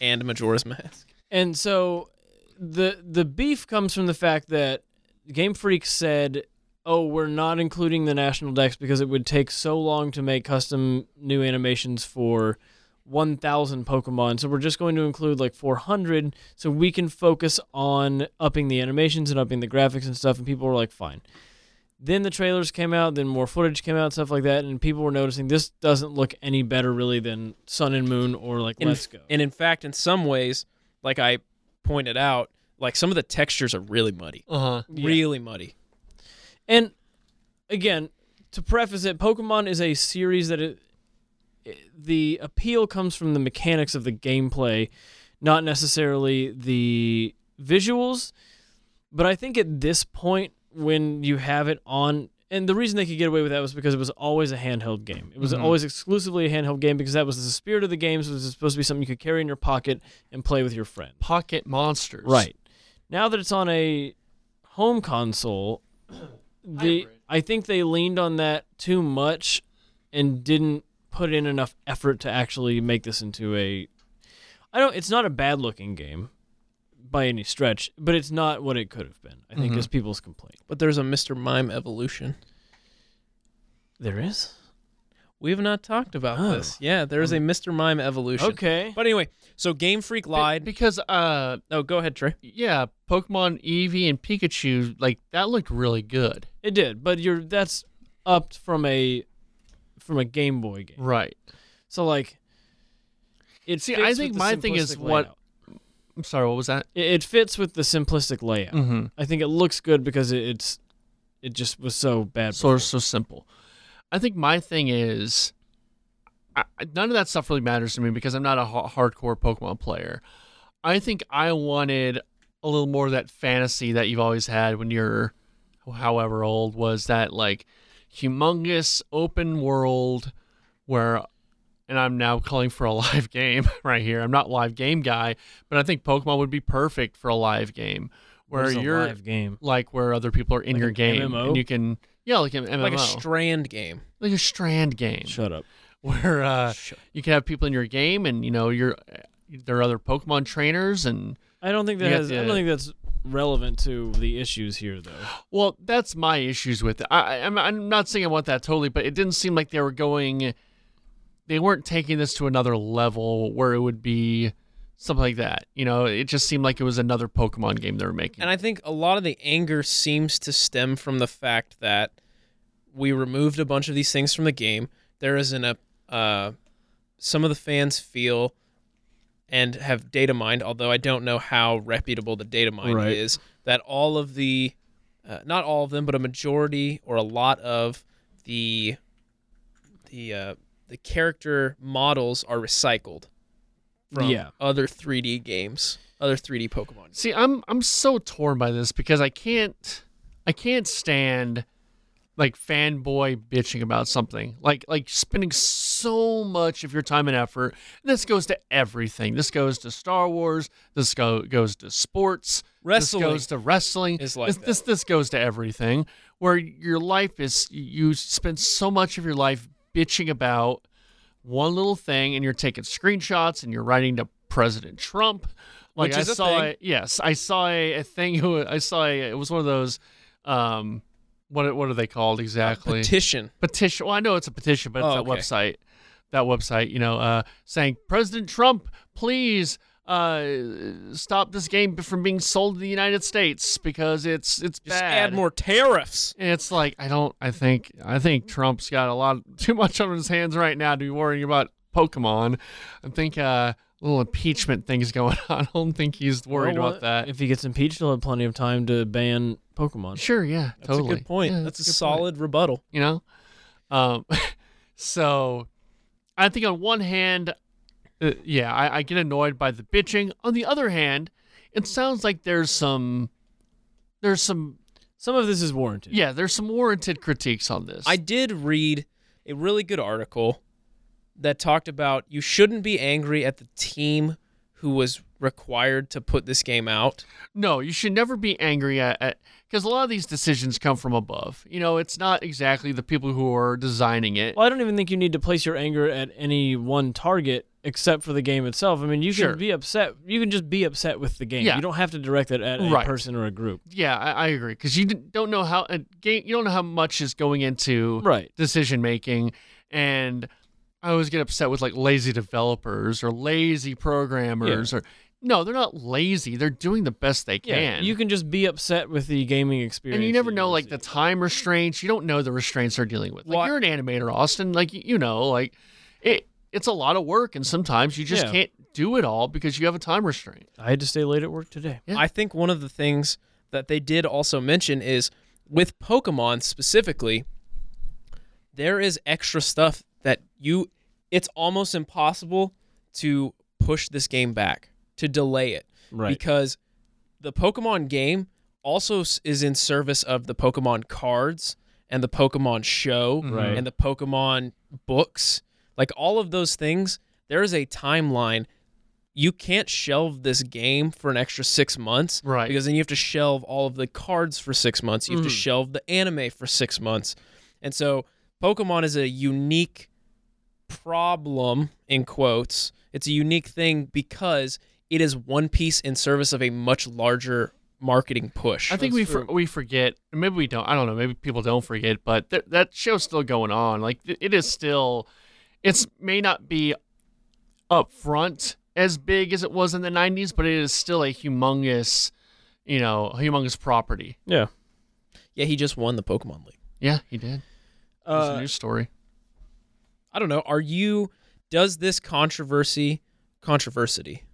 Speaker 4: and Majora's Mask.
Speaker 3: And so the the beef comes from the fact that Game Freak said, "Oh, we're not including the national decks because it would take so long to make custom new animations for 1000 Pokemon. So we're just going to include like 400 so we can focus on upping the animations and upping the graphics and stuff." And people were like, "Fine." Then the trailers came out, then more footage came out, stuff like that, and people were noticing this doesn't look any better really than Sun and Moon or like
Speaker 4: In-
Speaker 3: Let's Go.
Speaker 4: And in fact, in some ways, like I pointed out, like some of the textures are really muddy,
Speaker 2: Uh
Speaker 3: Uh-huh.
Speaker 2: huh.
Speaker 4: really muddy.
Speaker 3: And again, to preface it, Pokemon is a series that it, the appeal comes from the mechanics of the gameplay, not necessarily the visuals. But I think at this point, when you have it on, and the reason they could get away with that was because it was always a handheld game. It was always exclusively a handheld game because that was the spirit of the games. It was supposed to be something you could carry in your pocket and play with your friend.
Speaker 2: Pocket monsters.
Speaker 3: Right. Now that it's on a home console, the I think they leaned on that too much and didn't put in enough effort to actually make this into a I don't it's not a bad looking game by any stretch, but it's not what it could have been. I
Speaker 2: Mm-hmm.
Speaker 3: think is people's complaint.
Speaker 4: But there's a Mr. Mime evolution.
Speaker 3: There is?
Speaker 4: We have not talked about
Speaker 3: Oh.
Speaker 4: this. Yeah, there is a Mr. Mime evolution.
Speaker 3: Okay.
Speaker 4: But anyway, so Game Freak lied.
Speaker 2: Because uh
Speaker 4: oh, go ahead, Trey.
Speaker 2: yeah, Pokemon Eevee and Pikachu like that looked really good.
Speaker 3: It did, but you're that's upped from a from a Game Boy game.
Speaker 2: Right.
Speaker 3: So like it
Speaker 2: See,
Speaker 3: fits
Speaker 2: I
Speaker 3: with
Speaker 2: think
Speaker 3: the
Speaker 2: my thing is
Speaker 3: simplistic
Speaker 2: what-
Speaker 3: layout.
Speaker 2: I'm sorry. What was that?
Speaker 3: it, it fits with the simplistic layout.
Speaker 2: Mm-hmm.
Speaker 3: I think it looks good because it, it's it just was so bad.
Speaker 2: so
Speaker 3: before.
Speaker 2: so simple. I think my thing is I, I- none of that stuff really matters to me because I'm not a ha- hardcore Pokemon player. I think I wanted a little more of that fantasy that you've always had when you're however old was that like humongous open world where and I'm now calling for a live game right here. I'm not live game guy, but I think Pokemon would be perfect for a live game where
Speaker 3: It's a
Speaker 2: you're
Speaker 3: live game.
Speaker 2: like where other people are in
Speaker 3: Like
Speaker 2: your
Speaker 3: an
Speaker 2: game
Speaker 3: MMO?
Speaker 2: and you can yeah like an MMO
Speaker 4: Like a strand game.
Speaker 2: like a strand game
Speaker 3: Shut up.
Speaker 2: where uh, you can have people in your game and you know you're there are other Pokemon trainers and
Speaker 3: I don't think that
Speaker 2: You got
Speaker 3: has. I
Speaker 2: the-
Speaker 3: don't think that's relevant to the issues here, though.
Speaker 2: well that's my issues with it. I, I- I'm I'm not saying I want that totally, but it didn't seem like they were going they weren't taking this to another level where it would be something like that. You know, it just seemed like it was another Pokemon game they were making.
Speaker 4: And I think a lot of the anger seems to stem from the fact that we removed a bunch of these things from the game. There isn't a. Uh, some of the fans feel and have data mined, although I don't know how reputable the data mine
Speaker 1: Right.
Speaker 4: is, that all of the, uh, not all of them, but a majority or a lot of the, the, uh, the character models are recycled from
Speaker 2: Yeah.
Speaker 4: other 3D games, other 3D Pokemon.
Speaker 2: See, I'm I'm so torn by this because I can't I can't stand like fanboy bitching about something. Like like spending so much of your time and effort. And this goes to everything. This goes to Star Wars. This go, goes to sports.
Speaker 4: Wrestling
Speaker 2: This goes to wrestling.
Speaker 4: is like
Speaker 2: this,
Speaker 4: that.
Speaker 2: this this goes to everything where your life is you spend so much of your life bitching about one little thing and you're taking screenshots and you're writing to President Trump. Like
Speaker 4: Which is
Speaker 2: I
Speaker 4: a
Speaker 2: saw
Speaker 4: thing.
Speaker 2: a- yes, I saw a, a thing who I saw a, it was one of those um what what are they called exactly?
Speaker 4: Petition.
Speaker 2: petition. Well, I know it's a petition, but it's
Speaker 4: Oh,
Speaker 2: that
Speaker 4: okay.
Speaker 2: website, that website, you know, uh, saying President Trump, please uh, stop this game from being sold to the United States because it's it's
Speaker 4: Just
Speaker 2: bad.
Speaker 4: add more tariffs.
Speaker 2: And It's like I don't. I think I think Trump's got a lot too much on his hands right now to be worrying about Pokemon. I think uh, a little impeachment thing's going on. I don't think he's worried
Speaker 3: Well,
Speaker 2: about that.
Speaker 3: If he gets impeached, he'll have plenty of time to ban Pokemon.
Speaker 2: Sure, yeah,
Speaker 4: That's
Speaker 2: totally.
Speaker 4: a good point.
Speaker 2: Yeah,
Speaker 4: that's,
Speaker 2: a
Speaker 4: a
Speaker 2: good point.
Speaker 4: solid rebuttal.
Speaker 2: you know um so i think on one hand uh, yeah I, I get annoyed by the bitching on the other hand it sounds like there's some there's some
Speaker 3: Some of this is warranted.
Speaker 2: yeah there's some warranted critiques on this
Speaker 4: I did read a really good article that talked about you shouldn't be angry at the team who was required to put this game out.
Speaker 2: no you should never be angry at because a lot of these decisions come from above you know it's not exactly the people who are designing it
Speaker 3: Well, I don't even think you need to place your anger at any one target except for the game itself. I mean, you
Speaker 2: Sure.
Speaker 3: can be upset. You can just be upset with the game.
Speaker 2: Yeah.
Speaker 3: You don't have to direct it at a
Speaker 2: Right.
Speaker 3: person or a group.
Speaker 2: yeah i, I agree because you d- don't know how a game you don't know how much is going into
Speaker 3: Right.
Speaker 2: decision making and i always get upset with like lazy developers or lazy programmers or no they're not lazy they're doing the best they
Speaker 3: Yeah.
Speaker 2: can
Speaker 3: You can just be upset with the gaming experience.
Speaker 2: and you never
Speaker 3: that
Speaker 2: know like the
Speaker 3: receive.
Speaker 2: time restraints you don't know the restraints they're dealing with like
Speaker 4: Why-
Speaker 2: you're an animator austin like y- you know like it it's a lot of work and sometimes you just
Speaker 3: Yeah.
Speaker 2: can't do it all because you have a time restraint
Speaker 3: I had to stay late at work today.
Speaker 2: Yeah.
Speaker 4: I think one of the things that they did also mention is with Pokemon specifically, there is extra stuff that you it's almost impossible to push this game back, to delay it.
Speaker 3: Right.
Speaker 4: Because the Pokemon game also s- is in service of the Pokemon cards and the Pokemon show
Speaker 3: Right.
Speaker 4: Mm-hmm. and the Pokemon books. Like all of those things, there is a timeline. You can't shelve this game for an extra six months.
Speaker 2: Right.
Speaker 4: Because then you have to shelve all of the cards for six months. You have to shelve the anime for six months. And so Pokemon is a unique problem, in quotes. It's a unique thing because it is one piece in service of a much larger marketing push.
Speaker 2: I think we for, we forget. and Maybe we don't. I don't know. Maybe people don't forget, but th- that show's still going on. Like th- it is still. It's may not be up front as big as it was in the '90s, but it is still a humongous, you know, humongous property.
Speaker 3: Yeah.
Speaker 4: yeah, he just won the Pokemon League.
Speaker 2: Yeah, he did.
Speaker 3: Uh,
Speaker 2: It's
Speaker 4: Uh,
Speaker 2: a news story.
Speaker 4: I don't know. Are you? Does this controversy, controversy,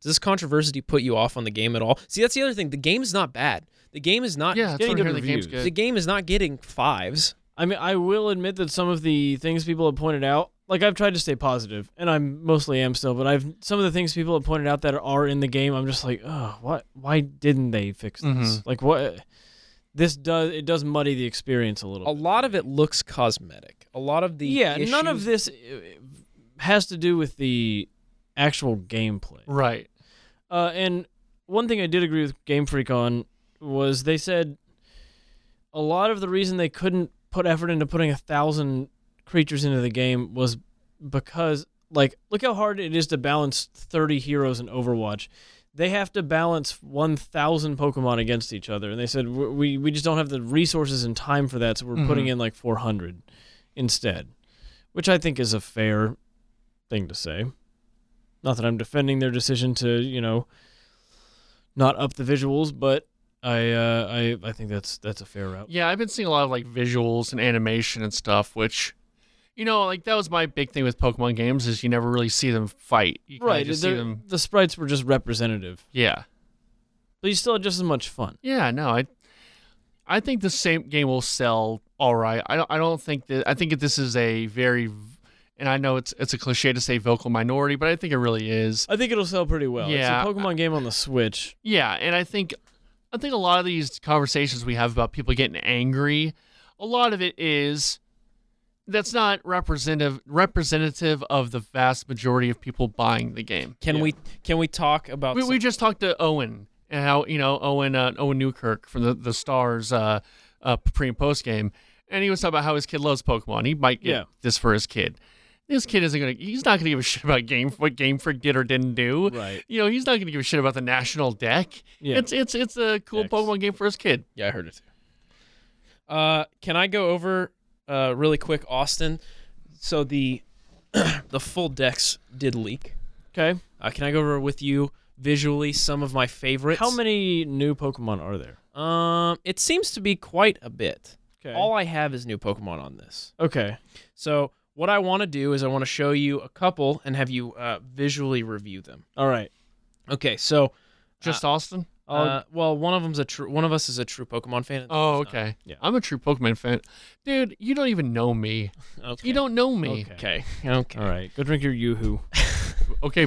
Speaker 4: does this controversy put you off on the game at all? See, that's the other thing. The game is not bad. The game is not.
Speaker 2: Yeah, it's
Speaker 3: getting
Speaker 2: on
Speaker 3: good
Speaker 2: here. The game's
Speaker 3: reviews.
Speaker 4: the
Speaker 2: good.
Speaker 4: game is not getting fives.
Speaker 3: I mean, I will admit that some of the things people have pointed out, like I've tried to stay positive, and I mostly am still, but I've some of the things people have pointed out that are in the game, I'm just like, oh, what? Why didn't they fix this?
Speaker 4: Mm-hmm.
Speaker 3: Like what? This does it does muddy the experience a little.
Speaker 4: A lot of it looks cosmetic. A lot of the
Speaker 3: yeah, none of
Speaker 4: issues-
Speaker 3: this uh, has to do with the actual gameplay.
Speaker 2: Right.
Speaker 3: Uh, and one thing I did agree with Game Freak on was they said a lot of the reason they couldn't put effort into putting a thousand creatures into the game was because, like, look how hard it is to balance 30 heroes in Overwatch. They have to balance 1,000 Pokemon against each other. And they said, "W- we, we just don't have the resources and time for that, so we're putting
Speaker 2: Mm-hmm.
Speaker 3: in like 400 instead, which I think is a fair thing to say. Not that I'm defending their decision to, you know, not up the visuals, but I uh, I I think that's that's a fair route.
Speaker 2: Yeah, I've been seeing a lot of like visuals and animation and stuff, which you know, like that was my big thing with Pokemon games is you never really see them fight. You kinda
Speaker 3: Right.
Speaker 2: just see
Speaker 3: they're-
Speaker 2: them.
Speaker 3: The sprites were just representative,
Speaker 2: Yeah,
Speaker 3: but you still had just as much fun.
Speaker 2: yeah. No, I, I think the same game will sell all right. I don't. I don't think that. I think that this is a very, v- and I know it's it's a cliche to say vocal minority, but I think it really is.
Speaker 3: I think it'll sell pretty well.
Speaker 2: Yeah,
Speaker 3: it's a Pokemon game on the Switch.
Speaker 2: Yeah, and I think I think a lot of these conversations we have about people getting angry, a lot of it is that's not representative representative of the vast majority of people buying the game.
Speaker 4: Can we can we talk about
Speaker 2: We,
Speaker 4: some-
Speaker 2: we just talked to Owen and how you know Owen uh, Owen Newkirk from the the Stars uh, uh, pre and post game, and he was talking about how his kid loves Pokemon. He might get
Speaker 3: Yeah.
Speaker 2: this for his kid. This kid isn't gonna. He's not gonna give a shit about game what Game Freak did or didn't do.
Speaker 3: Right.
Speaker 2: You know, he's not gonna give a shit about the national deck.
Speaker 3: Yeah.
Speaker 2: It's it's it's a cool
Speaker 3: Decks.
Speaker 2: Pokemon game for his kid.
Speaker 4: Yeah, I heard it too. Uh, can I go over uh, really quick, Austin? So the the full decks did leak.
Speaker 3: Okay.
Speaker 4: Uh, can I go over with you visually some of my favorites?
Speaker 3: How many new Pokemon are there?
Speaker 4: Um, it seems to be quite a bit.
Speaker 3: Okay.
Speaker 4: All I have is new Pokemon on this.
Speaker 3: okay.
Speaker 4: So what I want to do is I want to show you a couple and have you uh, visually review them.
Speaker 3: All right.
Speaker 4: Okay, so
Speaker 2: Just Austin.
Speaker 4: uh, well, one of them's a true one of us is a true Pokemon fan. and-
Speaker 2: Oh, okay. Yeah. I'm a true Pokemon fan, dude. You don't even know me.
Speaker 4: okay.
Speaker 2: You don't know me. Okay,
Speaker 4: Okay. Okay.
Speaker 3: All right. Go drink your YooHoo.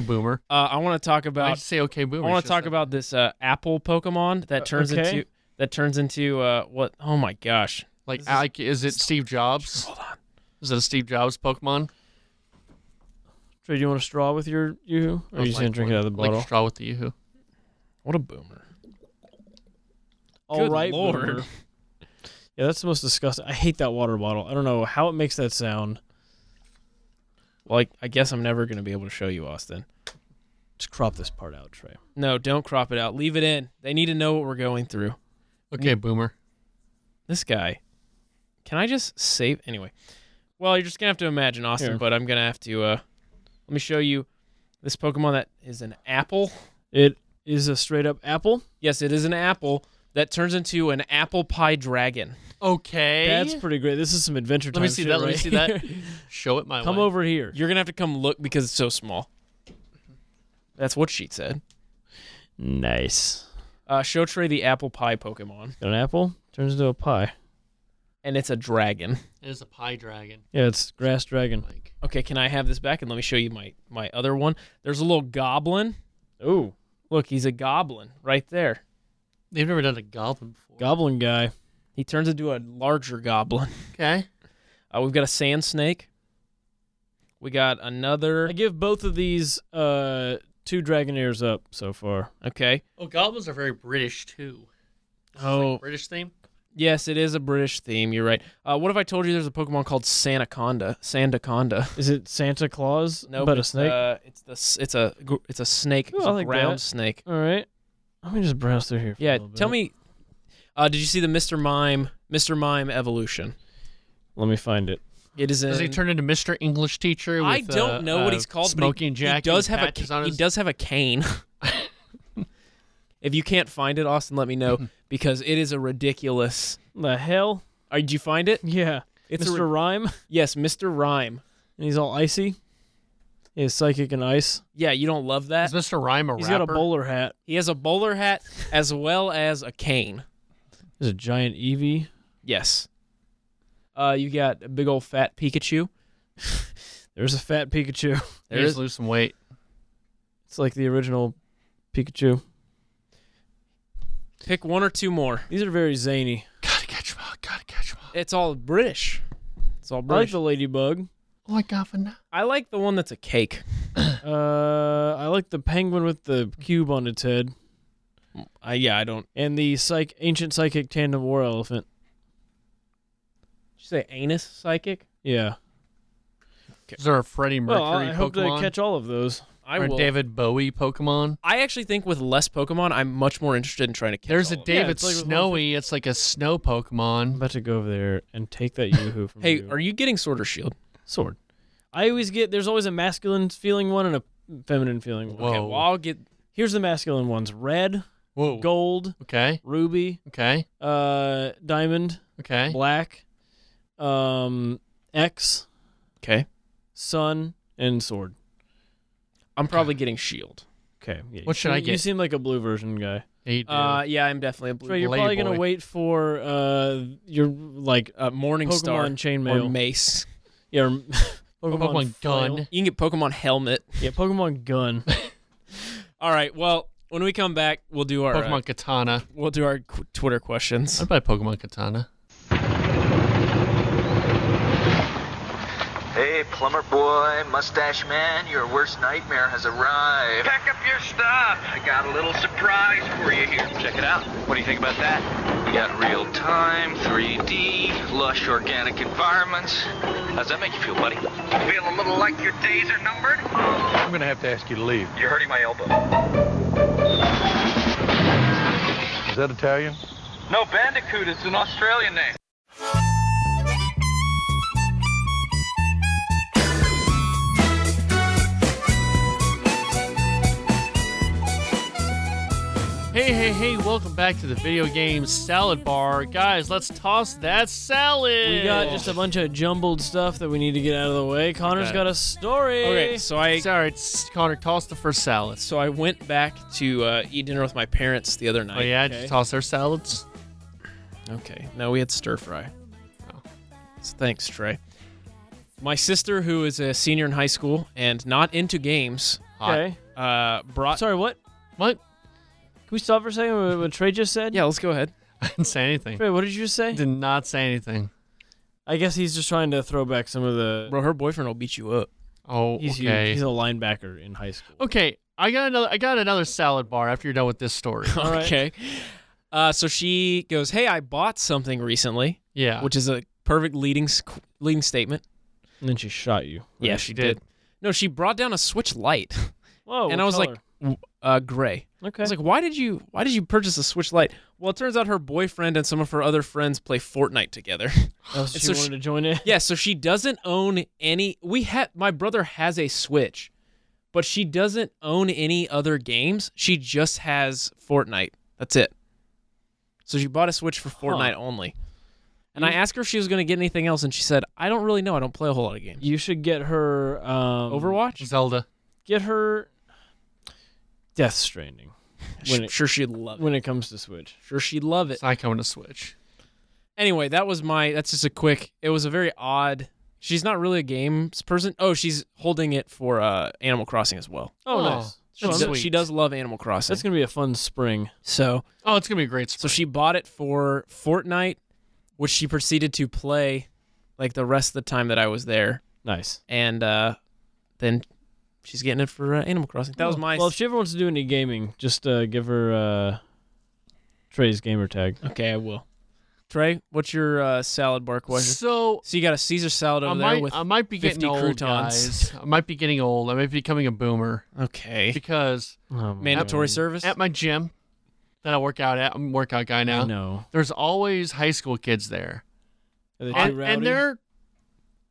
Speaker 2: boomer.
Speaker 4: Uh, I want to talk
Speaker 2: I
Speaker 4: about
Speaker 2: just say okay, boomer.
Speaker 4: I want
Speaker 2: It's
Speaker 4: to
Speaker 2: just
Speaker 4: talk
Speaker 2: that-
Speaker 4: about this uh, Apple Pokemon that turns
Speaker 3: Uh, okay.
Speaker 4: into that turns into uh, what? Oh my gosh!
Speaker 2: Like, Alec, is it Steve Jobs? Hold on. Is it a Steve Jobs Pokemon?
Speaker 3: Trey, do you want a straw with your YooHoo?
Speaker 4: Oh
Speaker 3: Or are you just gonna drink it out of the
Speaker 2: Like
Speaker 3: bottle?
Speaker 2: straw with the yoo-hoo.
Speaker 4: What a boomer!
Speaker 3: All
Speaker 4: Good
Speaker 3: right,
Speaker 4: Lord.
Speaker 3: boomer. Yeah, that's the most disgusting. I hate that water bottle. I don't know how it makes that sound.
Speaker 4: Like I guess I'm never gonna be able to show you Austin.
Speaker 3: Just crop this part out, Trey.
Speaker 4: No, don't crop it out. Leave it in. They need to know what we're going through.
Speaker 2: Okay,
Speaker 3: Mm.
Speaker 2: boomer.
Speaker 4: This guy. Can I just save anyway? Well, you're just gonna have to imagine Austin,
Speaker 3: Here.
Speaker 4: but I'm gonna have to. Uh, let me show you this Pokemon that is an apple.
Speaker 3: It is a straight up apple.
Speaker 4: Yes, it is an apple that turns into an apple pie dragon.
Speaker 2: Okay.
Speaker 3: That's pretty great. This is some adventure time.
Speaker 2: Let me see
Speaker 3: shit
Speaker 2: that. Let me
Speaker 3: right
Speaker 2: see that.
Speaker 3: here.
Speaker 2: Show it my
Speaker 3: Come
Speaker 2: way.
Speaker 3: over here.
Speaker 4: You're gonna have to come look because it's so small. That's what she said.
Speaker 3: Nice.
Speaker 4: Uh, show Trey the apple pie Pokemon,
Speaker 3: Got an apple turns into a pie.
Speaker 4: and it's a dragon.
Speaker 2: It is a pie dragon.
Speaker 3: Yeah, it's grass dragon.
Speaker 2: Like,
Speaker 4: Okay, can I have this back and let me show you my my other one? There's a little goblin.
Speaker 3: Ooh,
Speaker 4: Look, he's a goblin right there.
Speaker 2: they've never done a goblin before.
Speaker 3: goblin guy.
Speaker 4: He turns into a larger goblin.
Speaker 2: okay.
Speaker 4: Uh, we've got a sand snake. We got another.
Speaker 3: I give both of these uh two Dragonaires up so far.
Speaker 4: Okay.
Speaker 2: Oh, goblins are very British too.
Speaker 4: Oh,
Speaker 2: British theme.
Speaker 3: Uh,
Speaker 4: yes, it is a British theme. You're right. Uh, what if I told you there's a Pokemon called Sandaconda? Sandaconda.
Speaker 3: Is it Santa Claus?
Speaker 4: No,
Speaker 3: but a
Speaker 4: it's,
Speaker 3: snake.
Speaker 4: Uh, it's the s- it's a gr- it's a snake.
Speaker 3: Ooh,
Speaker 4: it's
Speaker 3: I
Speaker 4: a
Speaker 3: like
Speaker 4: ground
Speaker 3: that.
Speaker 4: snake.
Speaker 3: All right. Let me just browse through here. For a
Speaker 4: Yeah.
Speaker 3: little
Speaker 4: Tell
Speaker 3: bit.
Speaker 4: me, uh, did you see the Mr. Mime Mr. Mime evolution?
Speaker 3: Let me find it.
Speaker 4: It is.
Speaker 2: Does he
Speaker 4: in-
Speaker 2: turn into Mr. English Teacher?
Speaker 4: I
Speaker 2: with,
Speaker 4: don't
Speaker 2: uh,
Speaker 4: know what
Speaker 2: uh,
Speaker 4: he's called.
Speaker 2: Smoking
Speaker 4: but he,
Speaker 2: jacket.
Speaker 4: He does
Speaker 2: and
Speaker 4: have a
Speaker 2: patches
Speaker 4: ca-
Speaker 2: on
Speaker 4: he
Speaker 2: his-
Speaker 4: does have a cane. if you can't find it, Austin, let me know because it is a ridiculous.
Speaker 3: The hell?
Speaker 4: Uh, did you find it?
Speaker 3: Yeah.
Speaker 4: It's a
Speaker 3: Mr.
Speaker 4: re-
Speaker 3: Rhyme. And
Speaker 4: Yes, Mr. Rhyme.
Speaker 3: he's all icy. He has psychic and ice.
Speaker 4: Yeah, you don't love
Speaker 2: Is
Speaker 4: that.
Speaker 2: Mr. Rhyme a
Speaker 3: He's
Speaker 2: rapper?
Speaker 3: got a bowler hat.
Speaker 4: He has a bowler hat as well as a cane.
Speaker 3: There's a giant E Eevee.
Speaker 4: Yes. Uh, you got a big old fat Pikachu.
Speaker 3: There's a fat Pikachu.
Speaker 2: He just lose some weight.
Speaker 3: It's like the original Pikachu.
Speaker 4: Pick one or two more.
Speaker 3: These are very zany.
Speaker 2: Gotta catch him out. Gotta catch him out.
Speaker 4: It's all British. It's all
Speaker 3: I like
Speaker 4: British.
Speaker 3: the ladybug.
Speaker 2: Oh, I got for now.
Speaker 4: I like the one that's a cake.
Speaker 3: Uh, I like the penguin with the cube on its head,
Speaker 4: I yeah, I don't.
Speaker 3: and the psych ancient psychic tandem war elephant.
Speaker 4: Did you say anus psychic?
Speaker 3: Yeah.
Speaker 2: Is there a Freddie Mercury
Speaker 3: well, I I
Speaker 2: Pokemon?
Speaker 3: hope they catch all of those.
Speaker 4: I
Speaker 2: or a
Speaker 4: will.
Speaker 2: David Bowie Pokemon?
Speaker 4: I actually think with less Pokemon, I'm much more interested in trying to catch.
Speaker 2: There's a
Speaker 4: all of them.
Speaker 2: David
Speaker 3: it's like with
Speaker 2: Snowy. It's like a snow
Speaker 3: I'm
Speaker 2: Pokemon.
Speaker 3: about to go over there and take that yoo-hoo from
Speaker 4: Hey,
Speaker 3: you.
Speaker 4: are you getting Sword or Shield?
Speaker 3: sword. I always get there's always a masculine feeling one and a feminine feeling one.
Speaker 2: Whoa.
Speaker 4: Okay, well I'll get.
Speaker 3: Here's the masculine ones: red,
Speaker 2: Whoa.
Speaker 3: gold,
Speaker 2: Okay.
Speaker 3: ruby,
Speaker 2: Okay.
Speaker 3: uh, diamond,
Speaker 2: Okay.
Speaker 3: black, um, X.
Speaker 4: Okay.
Speaker 3: Sun, and sword.
Speaker 4: I'm probably getting shield.
Speaker 3: Okay. yeah, you
Speaker 2: What should I
Speaker 3: seem- You
Speaker 2: get?
Speaker 3: seem like a blue version guy.
Speaker 2: Hey, dude.
Speaker 4: Uh, yeah, I'm definitely a blue.
Speaker 3: So you're
Speaker 2: Blade
Speaker 3: probably gonna
Speaker 2: boy.
Speaker 3: wait for uh your like
Speaker 4: uh, Morning Star
Speaker 3: Pokemon
Speaker 4: or
Speaker 3: chainmail.
Speaker 4: mace.
Speaker 3: yeah. or- flail.
Speaker 2: Pokemon, gun.
Speaker 4: You can get Pokemon helmet.
Speaker 3: Yeah, Pokemon gun.
Speaker 4: All right. Well, when we come back, we'll do our uh,
Speaker 2: Pokemon katana.
Speaker 4: we'll do our qu- Twitter questions.
Speaker 2: What about Pokemon katana?
Speaker 1: Hey, plumber boy, mustache man, your worst nightmare has arrived.
Speaker 10: Pack up your stuff.
Speaker 1: I got a little surprise for you here. Check it out. What do you think about that? You got real time, 3D, lush organic environments. How's that make you feel, buddy?
Speaker 10: Feel a little like your days are numbered?
Speaker 1: I'm gonna have to ask you to leave.
Speaker 10: You're hurting my elbow.
Speaker 1: Is that Italian? No, Bandicoot is an Australian name.
Speaker 2: Hey, hey, hey, welcome back to the video game salad bar. Guys, let's toss that salad.
Speaker 3: we got just a bunch of jumbled stuff that we need to get out of the way. Connor's
Speaker 2: Okay.
Speaker 3: got a story.
Speaker 4: Okay. So I
Speaker 2: It's all right, s- Connor, toss the first salad.
Speaker 4: so I went back to uh, eat dinner with my parents the other night.
Speaker 2: Oh, yeah,
Speaker 4: Okay.
Speaker 2: just toss their salads.
Speaker 4: Okay. No, we had stir fry. So thanks, Trey. My sister, who is a senior in high school and not into games,
Speaker 2: Hot.
Speaker 3: Okay.
Speaker 4: uh, brought.
Speaker 3: Sorry, what?
Speaker 2: What?
Speaker 3: Can we stop for a second? What, what Trey just said?
Speaker 4: Yeah, let's go ahead.
Speaker 2: I didn't say anything.
Speaker 3: Trey, what did you just say?
Speaker 2: Did not say anything.
Speaker 3: I guess he's just trying to throw back some of the.
Speaker 4: Bro, her boyfriend will beat you up.
Speaker 2: Oh,
Speaker 3: He's huge.
Speaker 2: okay.
Speaker 3: He's a linebacker in high
Speaker 4: Oh.
Speaker 3: school.
Speaker 2: okay, I got another. I got another salad bar after you're done with this story.
Speaker 3: right.
Speaker 4: Okay. Uh, so she goes, "Hey, I bought something recently,"
Speaker 2: yeah,
Speaker 4: which is a perfect leading s- leading statement.
Speaker 3: And then she shot you.
Speaker 4: Yeah,
Speaker 2: she did.
Speaker 4: No, she brought down a Switch Lite,
Speaker 3: Whoa.
Speaker 4: and
Speaker 3: what
Speaker 4: I was
Speaker 3: color?
Speaker 4: like, w- uh, "Gray."
Speaker 3: okay.
Speaker 4: I was like, "Why did you? Why did you purchase a Switch Lite?" Well, it turns out her boyfriend and some of her other friends play Fortnite together.
Speaker 3: Oh, so
Speaker 4: and
Speaker 3: she
Speaker 4: so
Speaker 3: wanted
Speaker 4: she-
Speaker 3: to join it.
Speaker 4: yeah, so she doesn't own any. We had my brother has a Switch, but she doesn't own any other games. She just has Fortnite. That's it. So she bought a Switch for Fortnite only. And I asked her if she was going to get anything else, and she said, "I don't really know. I don't play a whole lot of games."
Speaker 3: You should get her um,
Speaker 4: Overwatch?
Speaker 2: Zelda.
Speaker 3: Get her Death Stranding when it-
Speaker 4: sure, she'd love it.
Speaker 3: when it comes to Switch.
Speaker 4: Sure, she'd love it.
Speaker 2: It's not coming to Switch.
Speaker 4: anyway, that was my. That's just a quick. It was a very odd. She's not really a games person. Oh, she's holding it for uh, Animal Crossing as well.
Speaker 3: Oh,
Speaker 2: Oh,
Speaker 3: nice.
Speaker 4: She,
Speaker 2: that's
Speaker 4: do-
Speaker 2: sweet.
Speaker 4: she does love Animal Crossing.
Speaker 3: That's gonna be a fun spring.
Speaker 4: so,
Speaker 2: Oh, it's gonna be a great.
Speaker 4: so
Speaker 2: Spring.
Speaker 4: she bought it for Fortnite, which she proceeded to play, like the rest of the time that I was there,
Speaker 3: Nice.
Speaker 4: and uh, then she's getting it for uh, Animal Crossing. That was my.
Speaker 3: Oh, Well, if she ever wants to do any gaming, just uh, give her uh, Trey's gamer tag.
Speaker 4: okay, I will. Trey, what's your uh, salad bar question?
Speaker 2: So
Speaker 4: So you got a Caesar salad over
Speaker 2: I
Speaker 4: there
Speaker 2: might,
Speaker 4: with
Speaker 2: I
Speaker 3: um
Speaker 2: might be
Speaker 4: 50
Speaker 2: getting old,
Speaker 4: croutons.
Speaker 2: guys. I might be getting old. I might be becoming a boomer
Speaker 4: okay
Speaker 2: because
Speaker 3: Oh, my
Speaker 4: mandatory service.
Speaker 2: at my gym that I work out at, I'm a workout guy now.
Speaker 3: God. No.
Speaker 2: There's always high school kids there,
Speaker 3: Are they too
Speaker 2: and,
Speaker 3: rowdy?
Speaker 2: and they're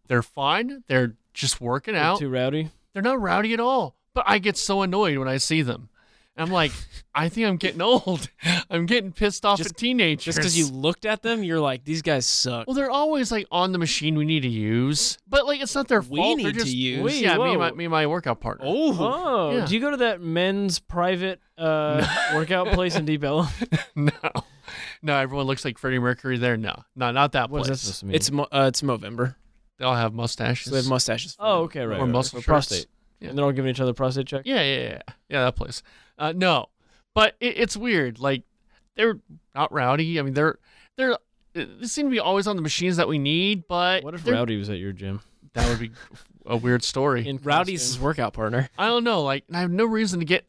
Speaker 2: they're fine. They're just working
Speaker 3: They're
Speaker 2: out.
Speaker 3: too rowdy.
Speaker 2: They're not rowdy at all. But I get so annoyed when I see them. And I'm like, I think I'm getting old. I'm getting pissed off
Speaker 4: Just-
Speaker 2: at teenagers.
Speaker 4: Just because you looked at them, you're like, these guys suck.
Speaker 2: Well, they're always like on the machine we need to use, but like it's not their
Speaker 4: We
Speaker 2: fault. They're
Speaker 4: need to
Speaker 2: just,
Speaker 4: use?
Speaker 2: We, yeah, me
Speaker 3: Whoa.
Speaker 2: and, my, me and my workout partner.
Speaker 4: Oh,
Speaker 3: Oh,
Speaker 2: Yeah.
Speaker 3: do you go to that men's private uh, workout place in Deep Ellum?
Speaker 2: no, no, everyone looks like Freddie Mercury there. No, no, not that
Speaker 3: What
Speaker 2: place.
Speaker 3: does that supposed to mean?
Speaker 4: it's Mo- uh, it's Movember.
Speaker 2: They all have mustaches.
Speaker 4: So they have mustaches.
Speaker 3: oh, okay, right.
Speaker 2: or
Speaker 3: right, right.
Speaker 2: muscle
Speaker 3: Or
Speaker 2: shirts.
Speaker 3: prostate.
Speaker 2: Yeah.
Speaker 3: And they're all giving each other prostate check.
Speaker 2: Yeah, yeah, yeah, yeah. That place. Uh, no, but it, it's weird. Like they're not rowdy. I mean, they're they're they seem to be always on the machines that we need. But
Speaker 3: What if
Speaker 2: they're-
Speaker 3: Rowdy was at your gym?
Speaker 2: That would be a weird story.
Speaker 3: In
Speaker 4: Rowdy's
Speaker 3: costume?
Speaker 4: his workout partner.
Speaker 2: I don't know. Like I have no reason to get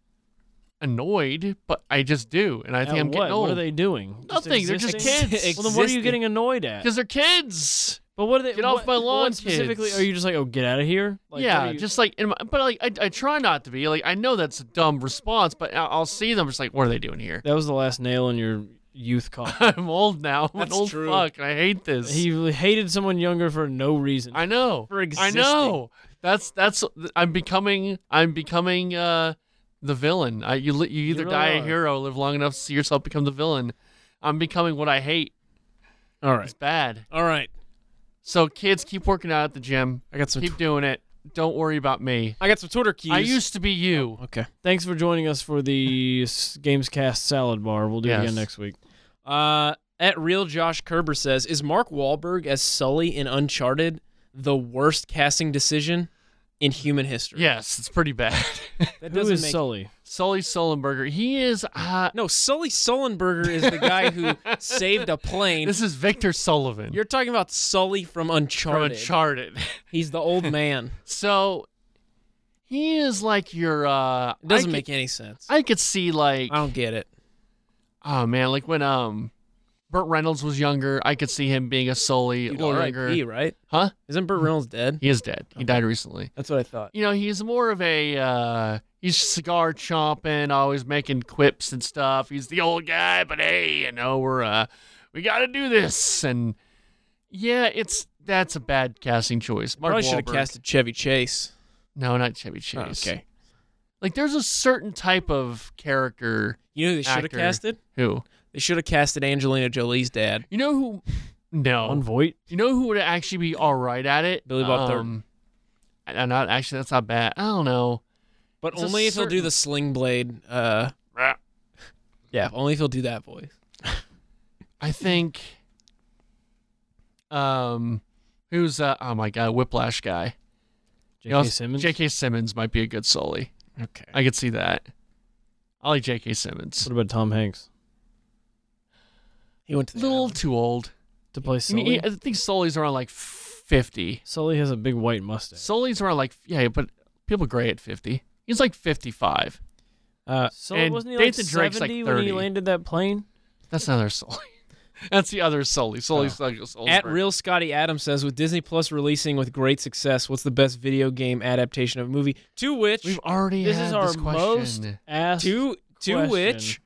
Speaker 2: annoyed, but I just do, and I think
Speaker 3: At
Speaker 2: I'm
Speaker 3: what?
Speaker 2: getting old.
Speaker 3: What are they doing?
Speaker 2: Nothing. They're just
Speaker 3: existing?
Speaker 2: kids.
Speaker 3: Well, then what are you
Speaker 4: Existing.
Speaker 3: getting annoyed at?
Speaker 2: Because they're kids.
Speaker 3: But what are they?
Speaker 2: Get off
Speaker 3: what-
Speaker 2: my lawn,
Speaker 3: what specifically,
Speaker 2: kids.
Speaker 3: are you just like, oh, get out of here? Like, what
Speaker 2: yeah,
Speaker 3: are you-
Speaker 2: just like in my, but like I, I try not to be like I know that's a dumb response, but I- I'll see them just like what are they doing here?
Speaker 3: that was the last nail in your youth coffin.
Speaker 2: I'm old now. I'm an
Speaker 4: That's
Speaker 2: old
Speaker 4: true.
Speaker 2: fuck, and I hate this.
Speaker 3: he hated someone younger for no reason.
Speaker 2: I know.
Speaker 4: For
Speaker 2: I know. That's that's I'm becoming I'm becoming uh the villain. I you li- you either
Speaker 3: really
Speaker 2: die
Speaker 3: are.
Speaker 2: a hero, live long enough to see yourself become the villain. I'm becoming what I hate.
Speaker 4: All
Speaker 3: Oh.
Speaker 2: It's
Speaker 4: right,
Speaker 2: bad.
Speaker 4: all right.
Speaker 2: So kids, keep working out at the gym.
Speaker 4: I got some.
Speaker 2: Keep doing it. Don't worry about me.
Speaker 4: I got some Twitter keys.
Speaker 2: I used to be
Speaker 3: Oh,
Speaker 2: you.
Speaker 4: okay.
Speaker 3: Thanks for joining us for the s- Gamescast Salad Bar. We'll do
Speaker 2: Yes.
Speaker 3: it again next week.
Speaker 4: Uh, at real Josh Kerber says, is Mark Wahlberg as Sully in Uncharted the worst casting decision in human history?
Speaker 2: Yes, it's pretty bad.
Speaker 4: that
Speaker 3: Who
Speaker 4: doesn't
Speaker 3: is
Speaker 4: make.
Speaker 3: Sully?
Speaker 2: Sully Sullenberger. He is. Uh,
Speaker 4: No, Sully Sullenberger is the guy who saved a plane.
Speaker 2: this is Victor Sullivan
Speaker 4: You're talking about Sully from
Speaker 2: from
Speaker 4: Uncharted.
Speaker 2: Uncharted.
Speaker 4: He's the old man.
Speaker 2: so he is like your. Uh,
Speaker 4: It doesn't
Speaker 2: I
Speaker 4: make
Speaker 2: could,
Speaker 4: any sense.
Speaker 2: I could see like.
Speaker 4: I don't get it.
Speaker 2: Oh man, like when um, Burt Reynolds was younger, I could see him being a Sully
Speaker 4: Dude,
Speaker 2: or younger.
Speaker 4: R.I.P. Right?
Speaker 2: Huh?
Speaker 4: Isn't Burt Reynolds dead?
Speaker 2: He is dead. He died recently.
Speaker 4: That's what I thought.
Speaker 2: You know, he's more of a uh he's cigar chomping, always making quips and stuff. He's the old guy, but hey, you know, we're uh we gotta do this and yeah, it's that's a bad casting choice. Mark
Speaker 4: Probably should have
Speaker 2: Wahlberg.
Speaker 4: casted Chevy Chase.
Speaker 2: No, not Chevy Chase.
Speaker 4: Oh, okay.
Speaker 2: Like there's a certain type of character
Speaker 4: You know who they should have
Speaker 2: Actor.
Speaker 4: casted?
Speaker 2: who
Speaker 4: They should have casted Angelina Jolie's dad.
Speaker 2: you know who No.
Speaker 3: On Voight?
Speaker 2: You know who would actually be all right at it? Um,
Speaker 4: Billy Bob Thornton.
Speaker 2: I- I'm not actually that's not bad. I don't know.
Speaker 4: But
Speaker 2: It's a
Speaker 4: only if he'll do
Speaker 2: certain-
Speaker 4: the sling blade. Uh,
Speaker 2: Rah.
Speaker 4: yeah, only if he'll do that voice.
Speaker 2: I think um who's uh oh my god, Whiplash guy.
Speaker 3: J.K.
Speaker 2: You know,
Speaker 3: Simmons?
Speaker 2: J.K. Simmons might be a good Sully.
Speaker 4: Okay.
Speaker 2: I could see that. I like J.K. Simmons.
Speaker 3: What about Tom Hanks?
Speaker 4: He went to
Speaker 2: A
Speaker 4: the
Speaker 2: little too old.
Speaker 3: To play
Speaker 2: I,
Speaker 3: Sully?
Speaker 2: mean, he- I think Sully's around like 50.
Speaker 3: Sully has a big white mustache.
Speaker 2: Sully's around like yeah, but people gray at 50. He's like 55.
Speaker 4: Uh,
Speaker 3: Sully
Speaker 2: and
Speaker 3: wasn't he
Speaker 2: Nathan
Speaker 3: like
Speaker 2: Drake's, like,
Speaker 3: 70 when he
Speaker 2: 30.
Speaker 3: landed that plane?
Speaker 2: That's another Sully. That's the other Sully.
Speaker 3: Oh.
Speaker 2: Sully's like Sully.
Speaker 4: at real Scotty Adams says, with Disney Plus releasing with great success, what's the best video game adaptation of a movie? To which,
Speaker 2: We've already
Speaker 3: This
Speaker 2: had
Speaker 3: is our
Speaker 2: this question.
Speaker 3: most asked.
Speaker 4: to to
Speaker 3: question.
Speaker 4: which,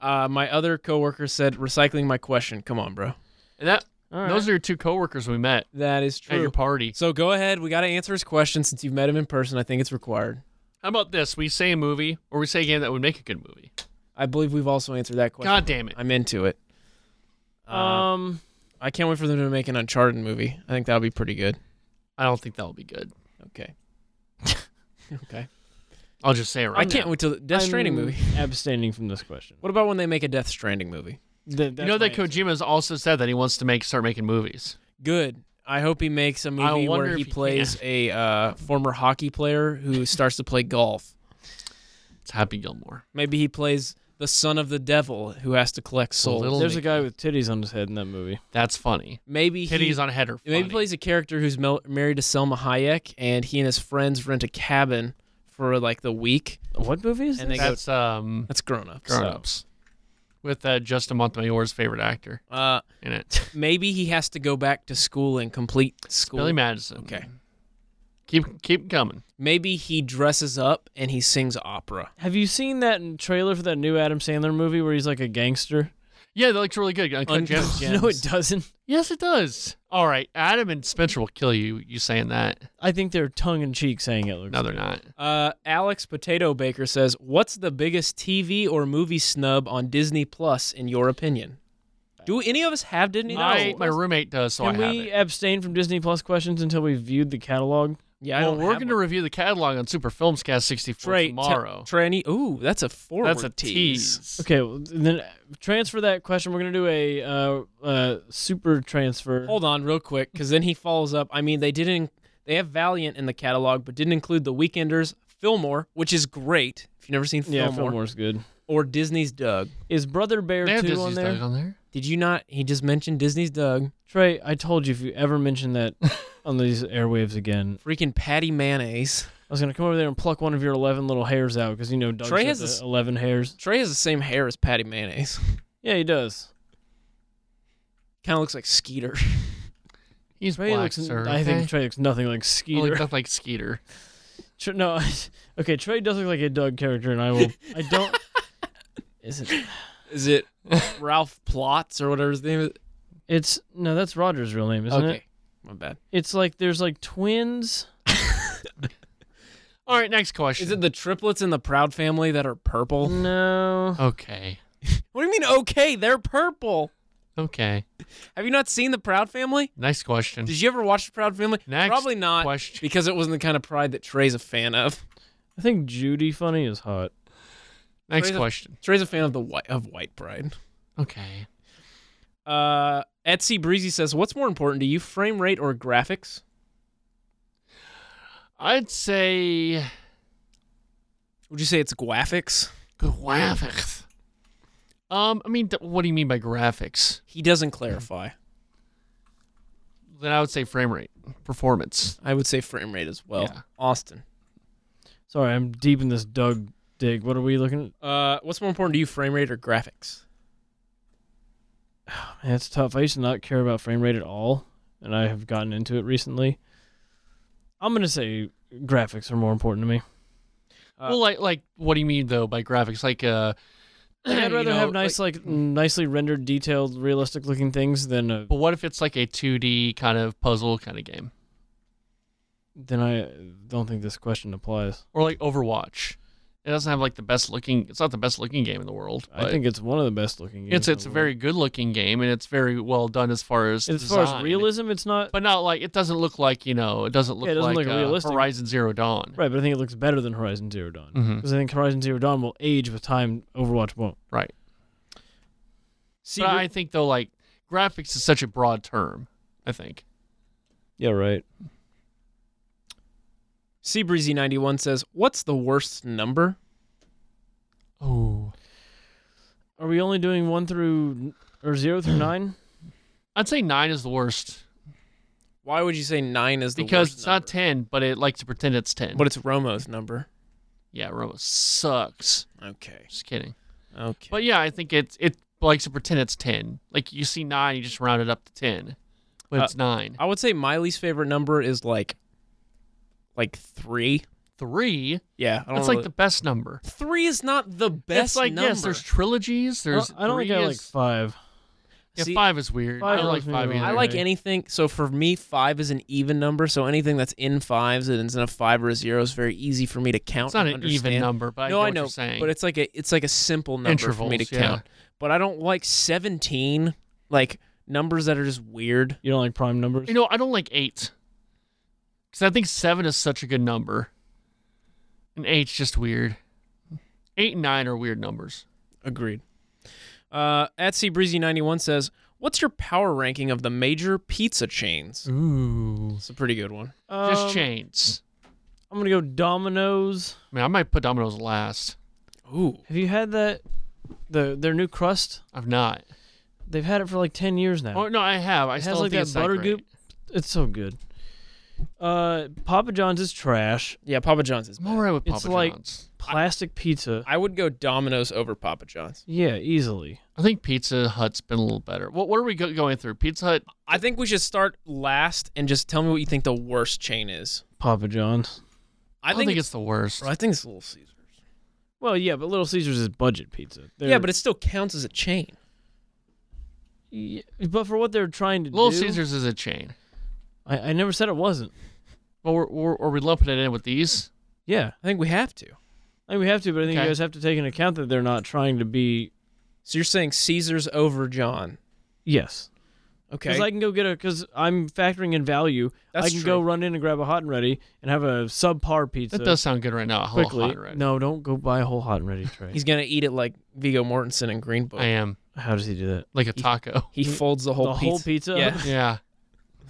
Speaker 4: uh, my other coworker said, recycling my question. Come on, bro.
Speaker 2: And that
Speaker 3: All right.
Speaker 2: those are your two coworkers we met
Speaker 4: That is
Speaker 2: at your
Speaker 4: true.
Speaker 2: party.
Speaker 4: So go ahead. We got to answer his question since you've met him in person. I think it's required.
Speaker 2: How about this? We say a movie, or we say a game that would make a good movie.
Speaker 4: I believe we've also answered that question.
Speaker 2: God damn it!
Speaker 4: I'm into it. Uh,
Speaker 3: um,
Speaker 4: I can't wait for them to make an Uncharted movie. I think that would be pretty good.
Speaker 2: I don't think that'll be good.
Speaker 4: Okay. okay.
Speaker 2: I'll just say it right
Speaker 4: I can't
Speaker 2: now.
Speaker 4: wait till the Death Stranding
Speaker 3: I'm
Speaker 4: movie.
Speaker 3: abstaining from this question.
Speaker 4: What about when they make a Death Stranding movie?
Speaker 3: Th-
Speaker 2: You
Speaker 3: that's
Speaker 2: know that
Speaker 3: my answer.
Speaker 2: Kojima's also said that he wants to make start making movies.
Speaker 4: Good. I hope he makes a
Speaker 2: I
Speaker 4: movie
Speaker 2: wonder
Speaker 4: where
Speaker 2: if
Speaker 4: he
Speaker 2: he
Speaker 4: plays a uh, former hockey player who starts to play golf.
Speaker 2: It's Happy Gilmore.
Speaker 4: Maybe he plays the son of the devil who has to collect souls.
Speaker 2: little-
Speaker 3: There's a guy with titties on his head in that movie.
Speaker 2: That's funny.
Speaker 4: maybe he,
Speaker 2: Kitty's on header.
Speaker 4: maybe he plays a character who's mel- married to Selma Hayek, and he and his friends rent a cabin for like the week.
Speaker 3: What movie is
Speaker 4: And
Speaker 3: this?
Speaker 4: they go-
Speaker 2: That's um
Speaker 4: That's grown ups.
Speaker 2: grown ups with uh, Justin Montemayor's favorite actor
Speaker 4: Uh,
Speaker 2: in it,
Speaker 4: maybe he has to go back to school and complete school.
Speaker 2: Billy Madison.
Speaker 4: Okay.
Speaker 2: keep keep coming.
Speaker 4: Maybe he dresses up and he sings opera.
Speaker 3: Have you seen that n- trailer for that new Adam Sandler movie where he's like a gangster?
Speaker 2: Yeah, that looks really good. Uncut
Speaker 3: Un-
Speaker 2: Gems.
Speaker 3: no, it doesn't.
Speaker 2: Yes, it does. All right, Adam and Spencer will kill you. You saying that?
Speaker 3: I think they're tongue in cheek saying it looks.
Speaker 2: No, they're not.
Speaker 4: Uh, Alex Potato Baker says, "What's the biggest TV or movie snub on Disney Plus in your opinion? Do any of us have Disney?
Speaker 2: I, my roommate does, so
Speaker 3: Can
Speaker 2: I have
Speaker 3: we
Speaker 2: it.
Speaker 3: abstain from Disney Plus questions until we've viewed the catalog?
Speaker 4: yeah, I
Speaker 2: well,
Speaker 4: don't.
Speaker 2: we're
Speaker 4: have
Speaker 2: going to
Speaker 4: one.
Speaker 2: review the catalog on Super Filmscast 64
Speaker 4: Trey,
Speaker 2: tomorrow.
Speaker 4: T- Trey, I need- ooh, that's a forward.
Speaker 2: That's a
Speaker 4: tease.
Speaker 2: tease.
Speaker 3: Okay, well, then transfer that question. We're gonna do a uh, uh, super transfer.
Speaker 4: Hold on, real quick, because then he follows up. I mean, they didn't. They have Valiant in the catalog, but didn't include The Weekenders, Fillmore, which is great. If you've never seen
Speaker 3: yeah,
Speaker 4: Fillmore,
Speaker 3: Fillmore's good.
Speaker 4: or Disney's Doug,
Speaker 3: Is Brother Bear
Speaker 2: They have
Speaker 3: two
Speaker 2: Disney's
Speaker 3: on there?
Speaker 2: Doug on there.
Speaker 4: did you not? He just mentioned Disney's Doug.
Speaker 3: Trey, I told you if you ever mention that on these airwaves again,
Speaker 4: Freaking Patty Mayonnaise.
Speaker 3: I was gonna come over there and pluck one of your eleven little hairs out because you know Doug
Speaker 4: Trey
Speaker 3: said
Speaker 4: has
Speaker 3: the
Speaker 4: this-
Speaker 3: eleven hairs.
Speaker 4: Trey has the same hair as Patty Mayonnaise.
Speaker 3: Yeah, he does.
Speaker 4: kind of looks like Skeeter.
Speaker 2: He's
Speaker 3: Trey
Speaker 2: black, Oh,
Speaker 3: looks.
Speaker 2: sir.
Speaker 3: I
Speaker 2: okay?
Speaker 3: think Trey looks nothing like
Speaker 2: I
Speaker 3: Skeeter.
Speaker 2: look up like Skeeter.
Speaker 3: Tre- no, okay. Trey does look like a Doug character, and I will. I don't. Is it?
Speaker 4: Is it Ralph Plotz or whatever his name is?
Speaker 3: It's no. That's Roger's real name, isn't
Speaker 4: okay,
Speaker 3: it?
Speaker 4: my bad.
Speaker 3: It's like there's like twins.
Speaker 2: All right, next question.
Speaker 4: Is it the triplets in the Proud Mm. Family that are purple?
Speaker 3: No.
Speaker 2: okay.
Speaker 4: What do you mean? Okay, they're purple.
Speaker 2: Okay.
Speaker 4: Have you not seen The Proud Family?
Speaker 2: Nice question.
Speaker 4: Did you ever watch The Proud Family?
Speaker 2: Next
Speaker 4: Probably not,
Speaker 2: question.
Speaker 4: because it wasn't the kind of pride that Trey's a fan of.
Speaker 3: I think Judy Funny is hot.
Speaker 2: Next
Speaker 4: Trey's a-
Speaker 2: question.
Speaker 4: Trey's a fan of the white of white pride.
Speaker 2: Okay.
Speaker 4: Uh, Etsy Breezy says, "What's more important to you, frame rate or graphics?"
Speaker 2: I'd say
Speaker 4: Would you say it's graphics?
Speaker 2: graphics. Um, I mean, th- what do you mean by graphics?
Speaker 4: He doesn't clarify.
Speaker 2: Then I would say frame rate, performance.
Speaker 4: I would say frame rate as well.
Speaker 2: Yeah.
Speaker 4: Austin,
Speaker 3: Sorry, I'm deep in this Doug dig. What are we looking
Speaker 4: uh, what's more important to you, frame rate or graphics?
Speaker 3: at? Oh, Man, it's tough. I used to not care about frame rate at all, and I have gotten into it recently. I'm gonna say graphics are more important to me.
Speaker 4: Uh,
Speaker 2: well, like, like, what do you mean though by graphics? Like, uh,
Speaker 3: I'd
Speaker 2: you
Speaker 3: rather
Speaker 2: know,
Speaker 3: have nice, like, nicely rendered, detailed, realistic looking things than uh, a
Speaker 2: But what if it's like a 2D kind of puzzle kind of game,
Speaker 3: then I don't think this question applies.
Speaker 2: or like Overwatch? It doesn't have like the best looking. It's not the best looking game in the world.
Speaker 3: I
Speaker 2: but
Speaker 3: think it's one of the best looking games.
Speaker 2: it's
Speaker 3: in
Speaker 2: it's
Speaker 3: the
Speaker 2: a
Speaker 3: world.
Speaker 2: very good looking game, and it's very well done as far as
Speaker 3: as far as
Speaker 2: design.
Speaker 3: realism, it's not
Speaker 2: But not like it doesn't look like you know it doesn't look
Speaker 3: Yeah, it doesn't
Speaker 2: like
Speaker 3: look
Speaker 2: uh,
Speaker 3: realistic.
Speaker 2: Horizon Zero Dawn.
Speaker 3: right. But I think it looks better than Horizon Zero Dawn because
Speaker 2: Mhm.
Speaker 3: I think Horizon Zero Dawn will age with time. Overwatch won't.
Speaker 2: Right.
Speaker 4: See,
Speaker 2: but
Speaker 4: we-
Speaker 2: I think though, like graphics is such a broad term. I think.
Speaker 3: Yeah, right.
Speaker 4: Seabreezy91 says, What's the worst number?
Speaker 2: Oh,
Speaker 3: Are we only doing one through or zero through nine?
Speaker 2: I'd say nine is the worst
Speaker 4: Why would you say nine is the
Speaker 2: because
Speaker 4: worst
Speaker 2: it's
Speaker 4: number?
Speaker 2: not ten, but it likes to pretend it's ten.
Speaker 4: But it's Romo's number.
Speaker 2: yeah, Roma sucks.
Speaker 4: Okay.
Speaker 2: Just kidding.
Speaker 4: Okay.
Speaker 2: But yeah, I think it's it likes to pretend it's ten. Like you see nine, you just round it up to ten, but
Speaker 4: Uh,
Speaker 2: it's nine.
Speaker 4: I would say my least favorite number is like like three.
Speaker 2: Three.
Speaker 4: Yeah. I don't
Speaker 2: That's
Speaker 4: know
Speaker 2: like the best number.
Speaker 4: the three is not the best
Speaker 2: It's like
Speaker 4: number.
Speaker 2: yes, there's trilogies. There's
Speaker 3: I don't think
Speaker 2: three
Speaker 3: I
Speaker 2: is-
Speaker 3: like five.
Speaker 2: Yeah,
Speaker 4: See,
Speaker 2: five is weird.
Speaker 3: five
Speaker 2: I don't like
Speaker 3: throws me
Speaker 2: five
Speaker 3: off.
Speaker 2: either.
Speaker 4: I
Speaker 3: there,
Speaker 4: like
Speaker 3: right?
Speaker 4: anything. So for me, five is an even number. So anything that's in fives and is in a five or a zero is very easy for me to count.
Speaker 2: It's not
Speaker 4: and
Speaker 2: an even
Speaker 4: understand.
Speaker 2: number, but
Speaker 4: no,
Speaker 2: I,
Speaker 4: I
Speaker 2: get
Speaker 4: know,
Speaker 2: What you're saying.
Speaker 4: but it's like a it's like a simple number for me to
Speaker 2: Intervals, yeah.
Speaker 4: count. But I don't like seventeen, like numbers that are just weird.
Speaker 3: You don't like prime numbers.
Speaker 2: you know I don't like eight because I think seven is such a good number, and eight's just weird. Eight and nine are weird numbers.
Speaker 4: Agreed. Uh, at Breezy ninety one says, "What's your power ranking of the major pizza chains?"
Speaker 2: Mm-hmm. Ooh,
Speaker 4: It's a pretty good one.
Speaker 2: just
Speaker 3: Um,
Speaker 2: chains.
Speaker 3: I'm gonna go Domino's.
Speaker 2: I mean, I might put Domino's last.
Speaker 4: Ooh,
Speaker 3: Have you had that? The their new crust.
Speaker 2: I've not.
Speaker 3: They've had it for like ten years now.
Speaker 2: Oh no, I have. I
Speaker 3: it
Speaker 2: still
Speaker 3: has
Speaker 2: don't
Speaker 3: like
Speaker 2: think
Speaker 3: that
Speaker 2: it's
Speaker 3: butter
Speaker 2: great.
Speaker 3: goop. It's so good. Uh, Papa John's is trash.
Speaker 4: yeah, Papa John's is.
Speaker 2: I'm
Speaker 4: Bad.
Speaker 2: alright with Papa
Speaker 3: It's like-
Speaker 2: John's.
Speaker 3: Plastic pizza.
Speaker 4: I would go Domino's over Papa John's.
Speaker 3: Yeah, easily.
Speaker 2: I think Pizza Hut's been a little better. What What are we go- going through? Pizza Hut.
Speaker 4: I think we should start last and just tell me what you think the worst chain is.
Speaker 3: Papa John's.
Speaker 4: I,
Speaker 2: I, don't think, it's, the worst.
Speaker 4: I think it's Little Caesars.
Speaker 3: Well, yeah, but Little Caesars is budget pizza.
Speaker 4: Yeah, but it still counts as a chain.
Speaker 3: Yeah, but for what they're trying to
Speaker 2: Little
Speaker 3: do,
Speaker 2: Caesars is a chain.
Speaker 3: I, I never said it wasn't.
Speaker 2: Well, we're, we're, are we lumping it in with these?
Speaker 3: Yeah,
Speaker 4: I think we have to.
Speaker 3: I mean, we have to, but I think
Speaker 2: Okay.
Speaker 3: you guys have to take into account that they're not trying to be.
Speaker 4: So you're saying Caesars over John?
Speaker 3: Yes,
Speaker 4: Okay.
Speaker 3: because I can go get a because I'm factoring in value.
Speaker 4: That's
Speaker 3: I can go
Speaker 4: true.
Speaker 3: run in and grab a hot and ready and have a subpar pizza
Speaker 2: That does sound good right now. a whole
Speaker 3: quickly.
Speaker 2: hot red.
Speaker 3: No, don't go buy a whole hot and ready tray.
Speaker 4: He's gonna eat it like Vigo Mortensen in Green Book.
Speaker 2: I am
Speaker 3: How does he do that?
Speaker 2: like a taco.
Speaker 4: He folds the whole
Speaker 3: the
Speaker 4: pizza.
Speaker 3: whole pizza up?
Speaker 4: Yeah.
Speaker 2: yeah,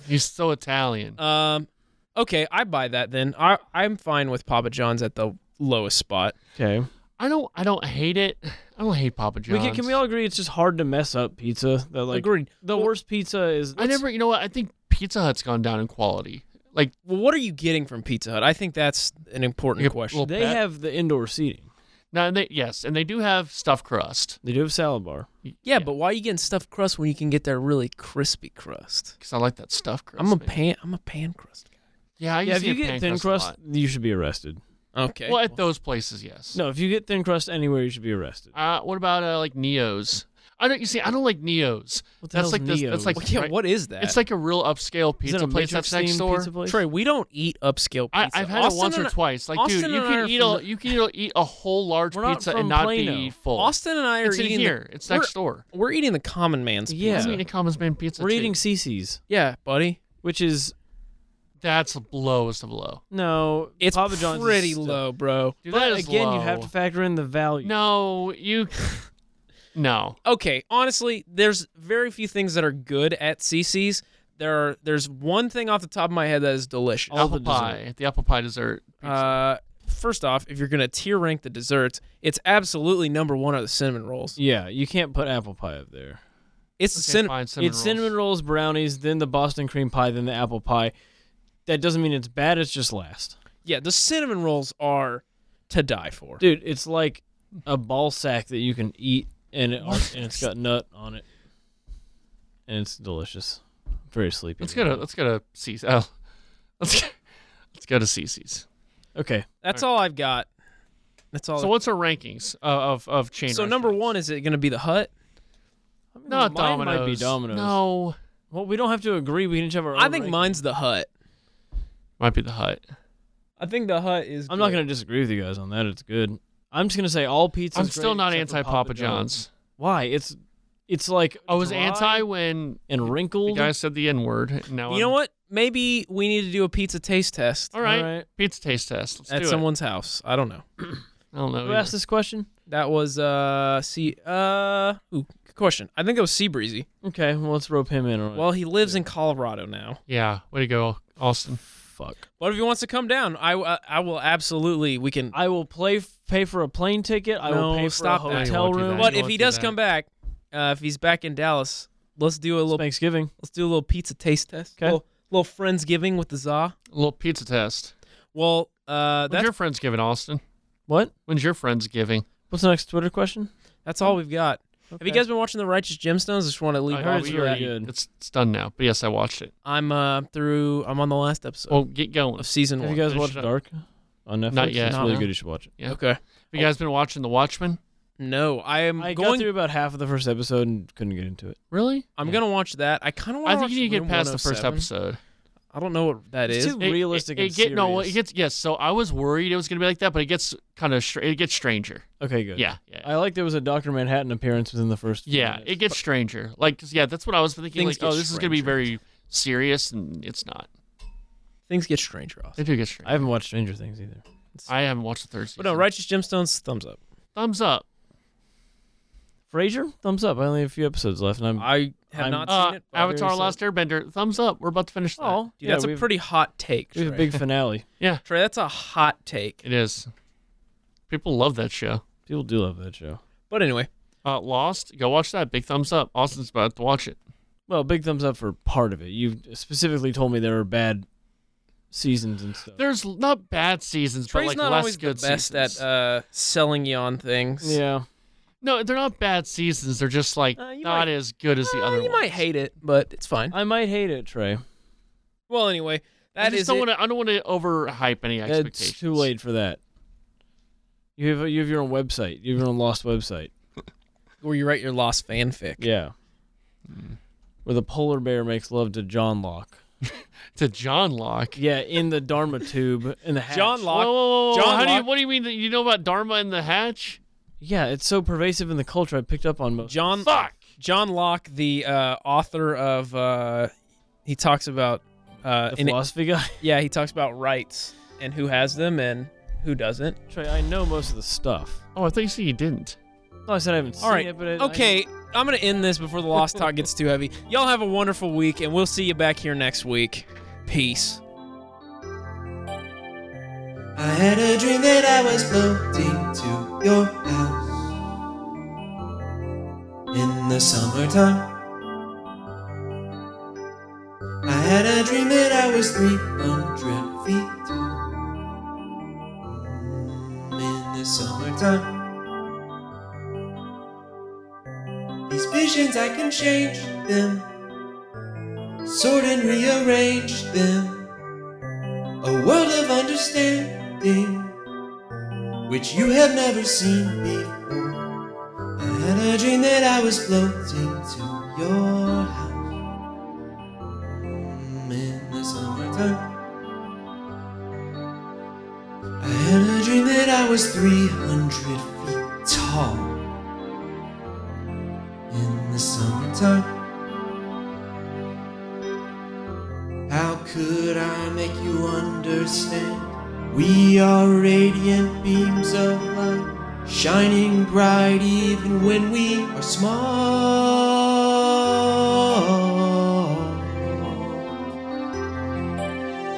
Speaker 2: he's so Italian.
Speaker 4: Um. Okay, I buy that then. I I'm fine with Papa John's at the lowest spot.
Speaker 3: Okay.
Speaker 2: I don't. I don't hate it. I don't hate Papa
Speaker 3: We
Speaker 2: John's.
Speaker 3: can, can we all agree it's just hard to mess up pizza? That like
Speaker 4: Agreed.
Speaker 3: the
Speaker 4: Well,
Speaker 3: worst pizza is.
Speaker 2: I never. You know what? I think Pizza Hut's gone down in quality. Like
Speaker 4: Well, what are you getting from Pizza Hut? I think that's an important
Speaker 2: Yeah,
Speaker 4: question.
Speaker 2: well-
Speaker 3: They
Speaker 2: Pat-
Speaker 3: have the indoor seating.
Speaker 2: now, they, yes, and they do have stuffed crust
Speaker 3: They do have salad bar.
Speaker 4: yeah, but why are you getting stuffed crust when you can get that really crispy crust?
Speaker 2: because I like that stuffed crust.
Speaker 4: I'm a
Speaker 2: man.
Speaker 4: pan. I'm a pan crust guy.
Speaker 2: yeah. I
Speaker 3: yeah,
Speaker 2: used
Speaker 3: if
Speaker 2: to
Speaker 3: you
Speaker 2: eat
Speaker 3: get
Speaker 2: pan
Speaker 3: thin
Speaker 2: crust, a
Speaker 3: crust,
Speaker 2: lot.
Speaker 3: you should be arrested.
Speaker 4: Okay.
Speaker 2: well, at those places, yes.
Speaker 3: No, if you get thin crust anywhere, you should be arrested.
Speaker 2: Uh, what about uh, like Neo's? I don't. You see, I don't like Neos.
Speaker 4: What the
Speaker 2: that's
Speaker 4: hell's
Speaker 2: like this.
Speaker 4: Neo's?
Speaker 2: That's like
Speaker 4: Well, yeah, what is that?
Speaker 2: It's like a real upscale pizza place that's next door.
Speaker 4: Troy, we don't eat upscale
Speaker 2: I,
Speaker 4: pizza.
Speaker 2: I've had it
Speaker 4: Austin
Speaker 2: once or
Speaker 4: and I-
Speaker 2: twice. Like,
Speaker 4: Austin
Speaker 2: dude, you
Speaker 4: and I are
Speaker 2: can eat a
Speaker 4: from-
Speaker 2: you can eat a whole large
Speaker 4: We're not
Speaker 2: pizza
Speaker 4: from
Speaker 2: and not
Speaker 4: Plano.
Speaker 2: be full.
Speaker 4: Austin and I are
Speaker 2: It's in
Speaker 4: eating
Speaker 2: here.
Speaker 4: The,
Speaker 2: It's
Speaker 4: we're-
Speaker 2: next door.
Speaker 4: We're eating the common man's
Speaker 3: Yeah.
Speaker 4: pizza.
Speaker 3: I'm eating
Speaker 2: Commons Man Pizza.
Speaker 3: We're
Speaker 2: too.
Speaker 3: eating CC's,
Speaker 4: Yeah, buddy.
Speaker 3: which is
Speaker 2: That's the lowest of low.
Speaker 3: no,
Speaker 4: It's
Speaker 3: Papa John's is
Speaker 4: pretty
Speaker 3: still-
Speaker 4: low, bro.
Speaker 2: Dude, that
Speaker 3: But
Speaker 2: is
Speaker 3: again, you have
Speaker 2: low.
Speaker 3: to factor in the value.
Speaker 2: No, you. no.
Speaker 4: Okay, honestly, there's very few things that are good at CC's. There are there's one thing off the top of my head that is delicious.
Speaker 2: apple pie. The apple pie dessert. pizza.
Speaker 4: Uh, first off, if you're gonna tier rank the desserts, it's absolutely number one are the cinnamon rolls.
Speaker 3: Yeah, you can't put apple pie up there.
Speaker 4: It's the
Speaker 2: Okay,
Speaker 4: cinnamon.
Speaker 2: fine, cinnamon
Speaker 3: it's
Speaker 2: rolls.
Speaker 3: cinnamon rolls, brownies, then the Boston cream pie, then the apple pie. That doesn't mean it's bad. It's just last,
Speaker 4: Yeah, the cinnamon rolls are to die for.
Speaker 3: dude. It's like a ball sack that you can eat, and it and it's got nut on it, and it's delicious. I'm very sleepy.
Speaker 2: Let's go to let's go to C's. Oh, let's go, let's go to CC's.
Speaker 3: Okay,
Speaker 4: That's all I've got. That's all.
Speaker 2: So what's our rankings uh, of of, of chain?
Speaker 4: So number
Speaker 2: restaurants?
Speaker 4: one is it gonna be the hut?
Speaker 2: not
Speaker 3: Mine
Speaker 2: Domino's.
Speaker 3: might be Domino's.
Speaker 2: No,
Speaker 3: Well, we don't have to agree. We can each have our. Own
Speaker 4: I think
Speaker 3: ranking.
Speaker 4: mine's the hut.
Speaker 2: might be the Hut.
Speaker 4: I think the hut is.
Speaker 3: I'm not
Speaker 4: good.
Speaker 3: gonna disagree with you guys on that. It's good. I'm just gonna say all pizza.
Speaker 2: I'm still not anti Papa John's.
Speaker 3: Why? It's it's like
Speaker 2: I was
Speaker 3: dry
Speaker 2: anti when
Speaker 3: and
Speaker 2: the
Speaker 3: wrinkled.
Speaker 2: guy said the N word. Now
Speaker 4: You know
Speaker 2: I'm-
Speaker 4: what? Maybe we need to do a pizza taste test
Speaker 2: All right.
Speaker 3: All right.
Speaker 2: pizza taste test. Let's
Speaker 4: at
Speaker 2: do
Speaker 4: someone's house. I don't know.
Speaker 2: it. I don't know.
Speaker 3: Who
Speaker 2: either.
Speaker 3: asked this question?
Speaker 4: That was uh see uh ooh, good question. I think it was Seabreezy.
Speaker 3: Okay, well let's rope him in. on it.
Speaker 4: Well, he lives in Colorado now.
Speaker 2: Yeah, way to go, Austin.
Speaker 3: fuck.
Speaker 4: But if he wants to come down, I I- I will absolutely. We can.
Speaker 3: I will play pay for a plane ticket. I will
Speaker 4: No,
Speaker 3: pay for
Speaker 4: stop
Speaker 3: a
Speaker 4: that.
Speaker 3: hotel
Speaker 2: No, you won't do
Speaker 3: room.
Speaker 2: that.
Speaker 4: But if he
Speaker 2: do
Speaker 4: does
Speaker 2: that.
Speaker 4: come back, uh, if he's back in Dallas, let's do a
Speaker 3: It's
Speaker 4: little
Speaker 3: Thanksgiving.
Speaker 4: let's do a little pizza taste test.
Speaker 3: 'Kay.
Speaker 4: Little, little friendsgiving with the za.
Speaker 2: A little pizza test.
Speaker 4: Well, uh,
Speaker 2: When's
Speaker 4: that's
Speaker 2: your friends giving, Austin?
Speaker 3: What?
Speaker 2: When's your friends giving?
Speaker 3: What's the next Twitter question?
Speaker 4: that's all we've got. Have you
Speaker 3: Okay.
Speaker 4: guys been watching the Righteous Gemstones? I just want to leave.
Speaker 2: I
Speaker 4: off
Speaker 2: heard
Speaker 3: it's
Speaker 4: with
Speaker 2: we
Speaker 3: really
Speaker 4: that.
Speaker 2: already-
Speaker 3: good.
Speaker 2: It's, it's done now. But yes, I watched it.
Speaker 4: I'm uh through. I'm on the last episode
Speaker 2: Well, get going.
Speaker 4: of season
Speaker 3: Have
Speaker 4: one.
Speaker 3: you guys
Speaker 2: Finish
Speaker 3: watched
Speaker 2: it up.
Speaker 3: Dark on Netflix?
Speaker 2: Not yet.
Speaker 3: It's
Speaker 2: Not
Speaker 3: really
Speaker 2: now.
Speaker 3: good. You should watch it.
Speaker 2: Yeah.
Speaker 4: okay.
Speaker 2: Have you guys been watching The Watchmen?
Speaker 4: No, I am
Speaker 3: I got
Speaker 4: going.
Speaker 3: through about half of the first episode and couldn't get into it.
Speaker 2: Really?
Speaker 4: I'm gonna watch that. I kind of want.
Speaker 2: I think you need to get past the first
Speaker 4: oh
Speaker 2: episode.
Speaker 4: I don't know what that
Speaker 3: It's
Speaker 4: is.
Speaker 3: too- Realistic
Speaker 2: It,
Speaker 3: and
Speaker 2: it get- no. It
Speaker 3: serious.
Speaker 2: gets yes. So I was worried it was gonna be like that, but it gets kind of str- it gets stranger.
Speaker 3: Okay, good.
Speaker 2: Yeah. Yeah.
Speaker 3: I like there was a Doctor Manhattan appearance within the first. few
Speaker 2: yeah.
Speaker 3: minutes.
Speaker 2: It gets stranger. Like 'cause, yeah, that's what I was thinking.
Speaker 4: Things
Speaker 2: like oh,
Speaker 4: get
Speaker 2: this is gonna be
Speaker 4: stranger.
Speaker 2: very serious, and it's not.
Speaker 4: Things get stranger off.
Speaker 2: They do get
Speaker 3: I
Speaker 2: stranger.
Speaker 3: haven't watched Stranger Things either.
Speaker 2: I, haven't watched the third season.
Speaker 4: But no, Righteous Gemstones, thumbs up.
Speaker 2: Thumbs up.
Speaker 3: Frasier, thumbs up. I only have a few episodes left, and I'm.
Speaker 4: I have
Speaker 3: I'm-
Speaker 4: not
Speaker 2: Uh,
Speaker 4: seen it. but-
Speaker 2: Avatar:
Speaker 3: very
Speaker 2: Last Airbender. Thumbs up. We're about to finish. That.
Speaker 3: oh,
Speaker 4: Dude,
Speaker 3: yeah,
Speaker 4: that's a
Speaker 3: we've-
Speaker 4: pretty hot take.
Speaker 3: We
Speaker 4: Trey.
Speaker 3: have a big finale.
Speaker 4: Trey, that's a hot take.
Speaker 2: it is. People love that show.
Speaker 3: People do love that show.
Speaker 4: But anyway,
Speaker 2: Uh, Lost. Go watch that. Big thumbs up. Austin's about to watch it.
Speaker 3: Well, big thumbs up for part of it. You specifically told me there were bad seasons and stuff.
Speaker 2: There's not bad seasons,
Speaker 4: Trey's
Speaker 2: but like
Speaker 4: not
Speaker 2: less
Speaker 4: always the
Speaker 2: good
Speaker 4: best
Speaker 2: seasons.
Speaker 4: at uh, selling you on things.
Speaker 3: yeah.
Speaker 2: no, they're not bad seasons. They're just like
Speaker 4: Uh, you
Speaker 2: not
Speaker 4: might-
Speaker 2: as good as the
Speaker 4: Uh,
Speaker 2: other.
Speaker 4: you might
Speaker 2: ones.
Speaker 4: hate it, but it's fine.
Speaker 3: I might hate it, Trey.
Speaker 4: Well, anyway,
Speaker 2: I
Speaker 4: that
Speaker 2: just
Speaker 4: is
Speaker 2: don't
Speaker 4: it.
Speaker 2: want to. I don't want to overhype any expectations.
Speaker 3: It's too late for that. You have you have your own website. You have your own lost website.
Speaker 4: where you write your lost fanfic.
Speaker 3: Yeah.
Speaker 4: Hmm.
Speaker 3: Where the polar bear makes love to John Locke.
Speaker 2: To John Locke.
Speaker 3: Yeah, in the Dharma tube in the hatch.
Speaker 4: John
Speaker 2: Whoa,
Speaker 4: Locke.
Speaker 2: whoa, whoa, whoa.
Speaker 4: John
Speaker 2: How do you,
Speaker 4: Locke-
Speaker 2: what do you mean that you know about Dharma and the Hatch?
Speaker 3: Yeah, it's so pervasive in the culture. I picked up on most.
Speaker 4: John
Speaker 2: Fuck.
Speaker 4: John Locke, the uh, author of, uh, he talks about, uh,
Speaker 3: the
Speaker 4: in-
Speaker 3: philosophy guy.
Speaker 4: yeah, he talks about rights and who has them and who doesn't.
Speaker 3: Trey, I know most of the stuff.
Speaker 2: Oh, I thought you said you didn't.
Speaker 3: No, I said I haven't seen
Speaker 4: All right,
Speaker 3: it, but I,
Speaker 4: okay, I'm gonna end this before the lost talk gets too heavy. Y'all have a wonderful week, and we'll see you back here next week. Peace.
Speaker 11: I had a dream that I was floating to your house in the summertime. I had a dream that I was 300 feet tall Mm, in the summertime. These visions, I can change them, sort and rearrange them a world of understanding which you have never seen before. I Had a dream that I was floating to your house Mm, in the summertime. I had a dream that I was 300 feet tall in the summertime. How could I make you understand? We are radiant beams of light, shining bright even when we are small.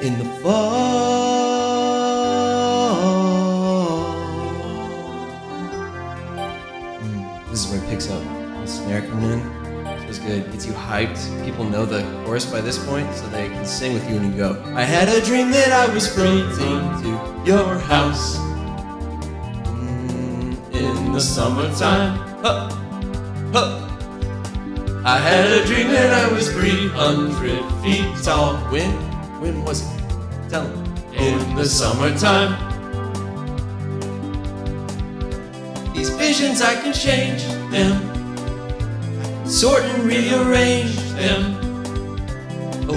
Speaker 11: In the fall. Mm, this is where it picks up. The snare coming in. Feels good. Gets you hyped. People know the chorus by this point, so they can sing with you and you go. I had a dream that I was floating to your house Mm, in the summertime. Huh. Huh. I had a dream that I was 300 feet tall. When? When was it? Tell 'em. In the summertime. These visions I can change them, sort and rearrange them. A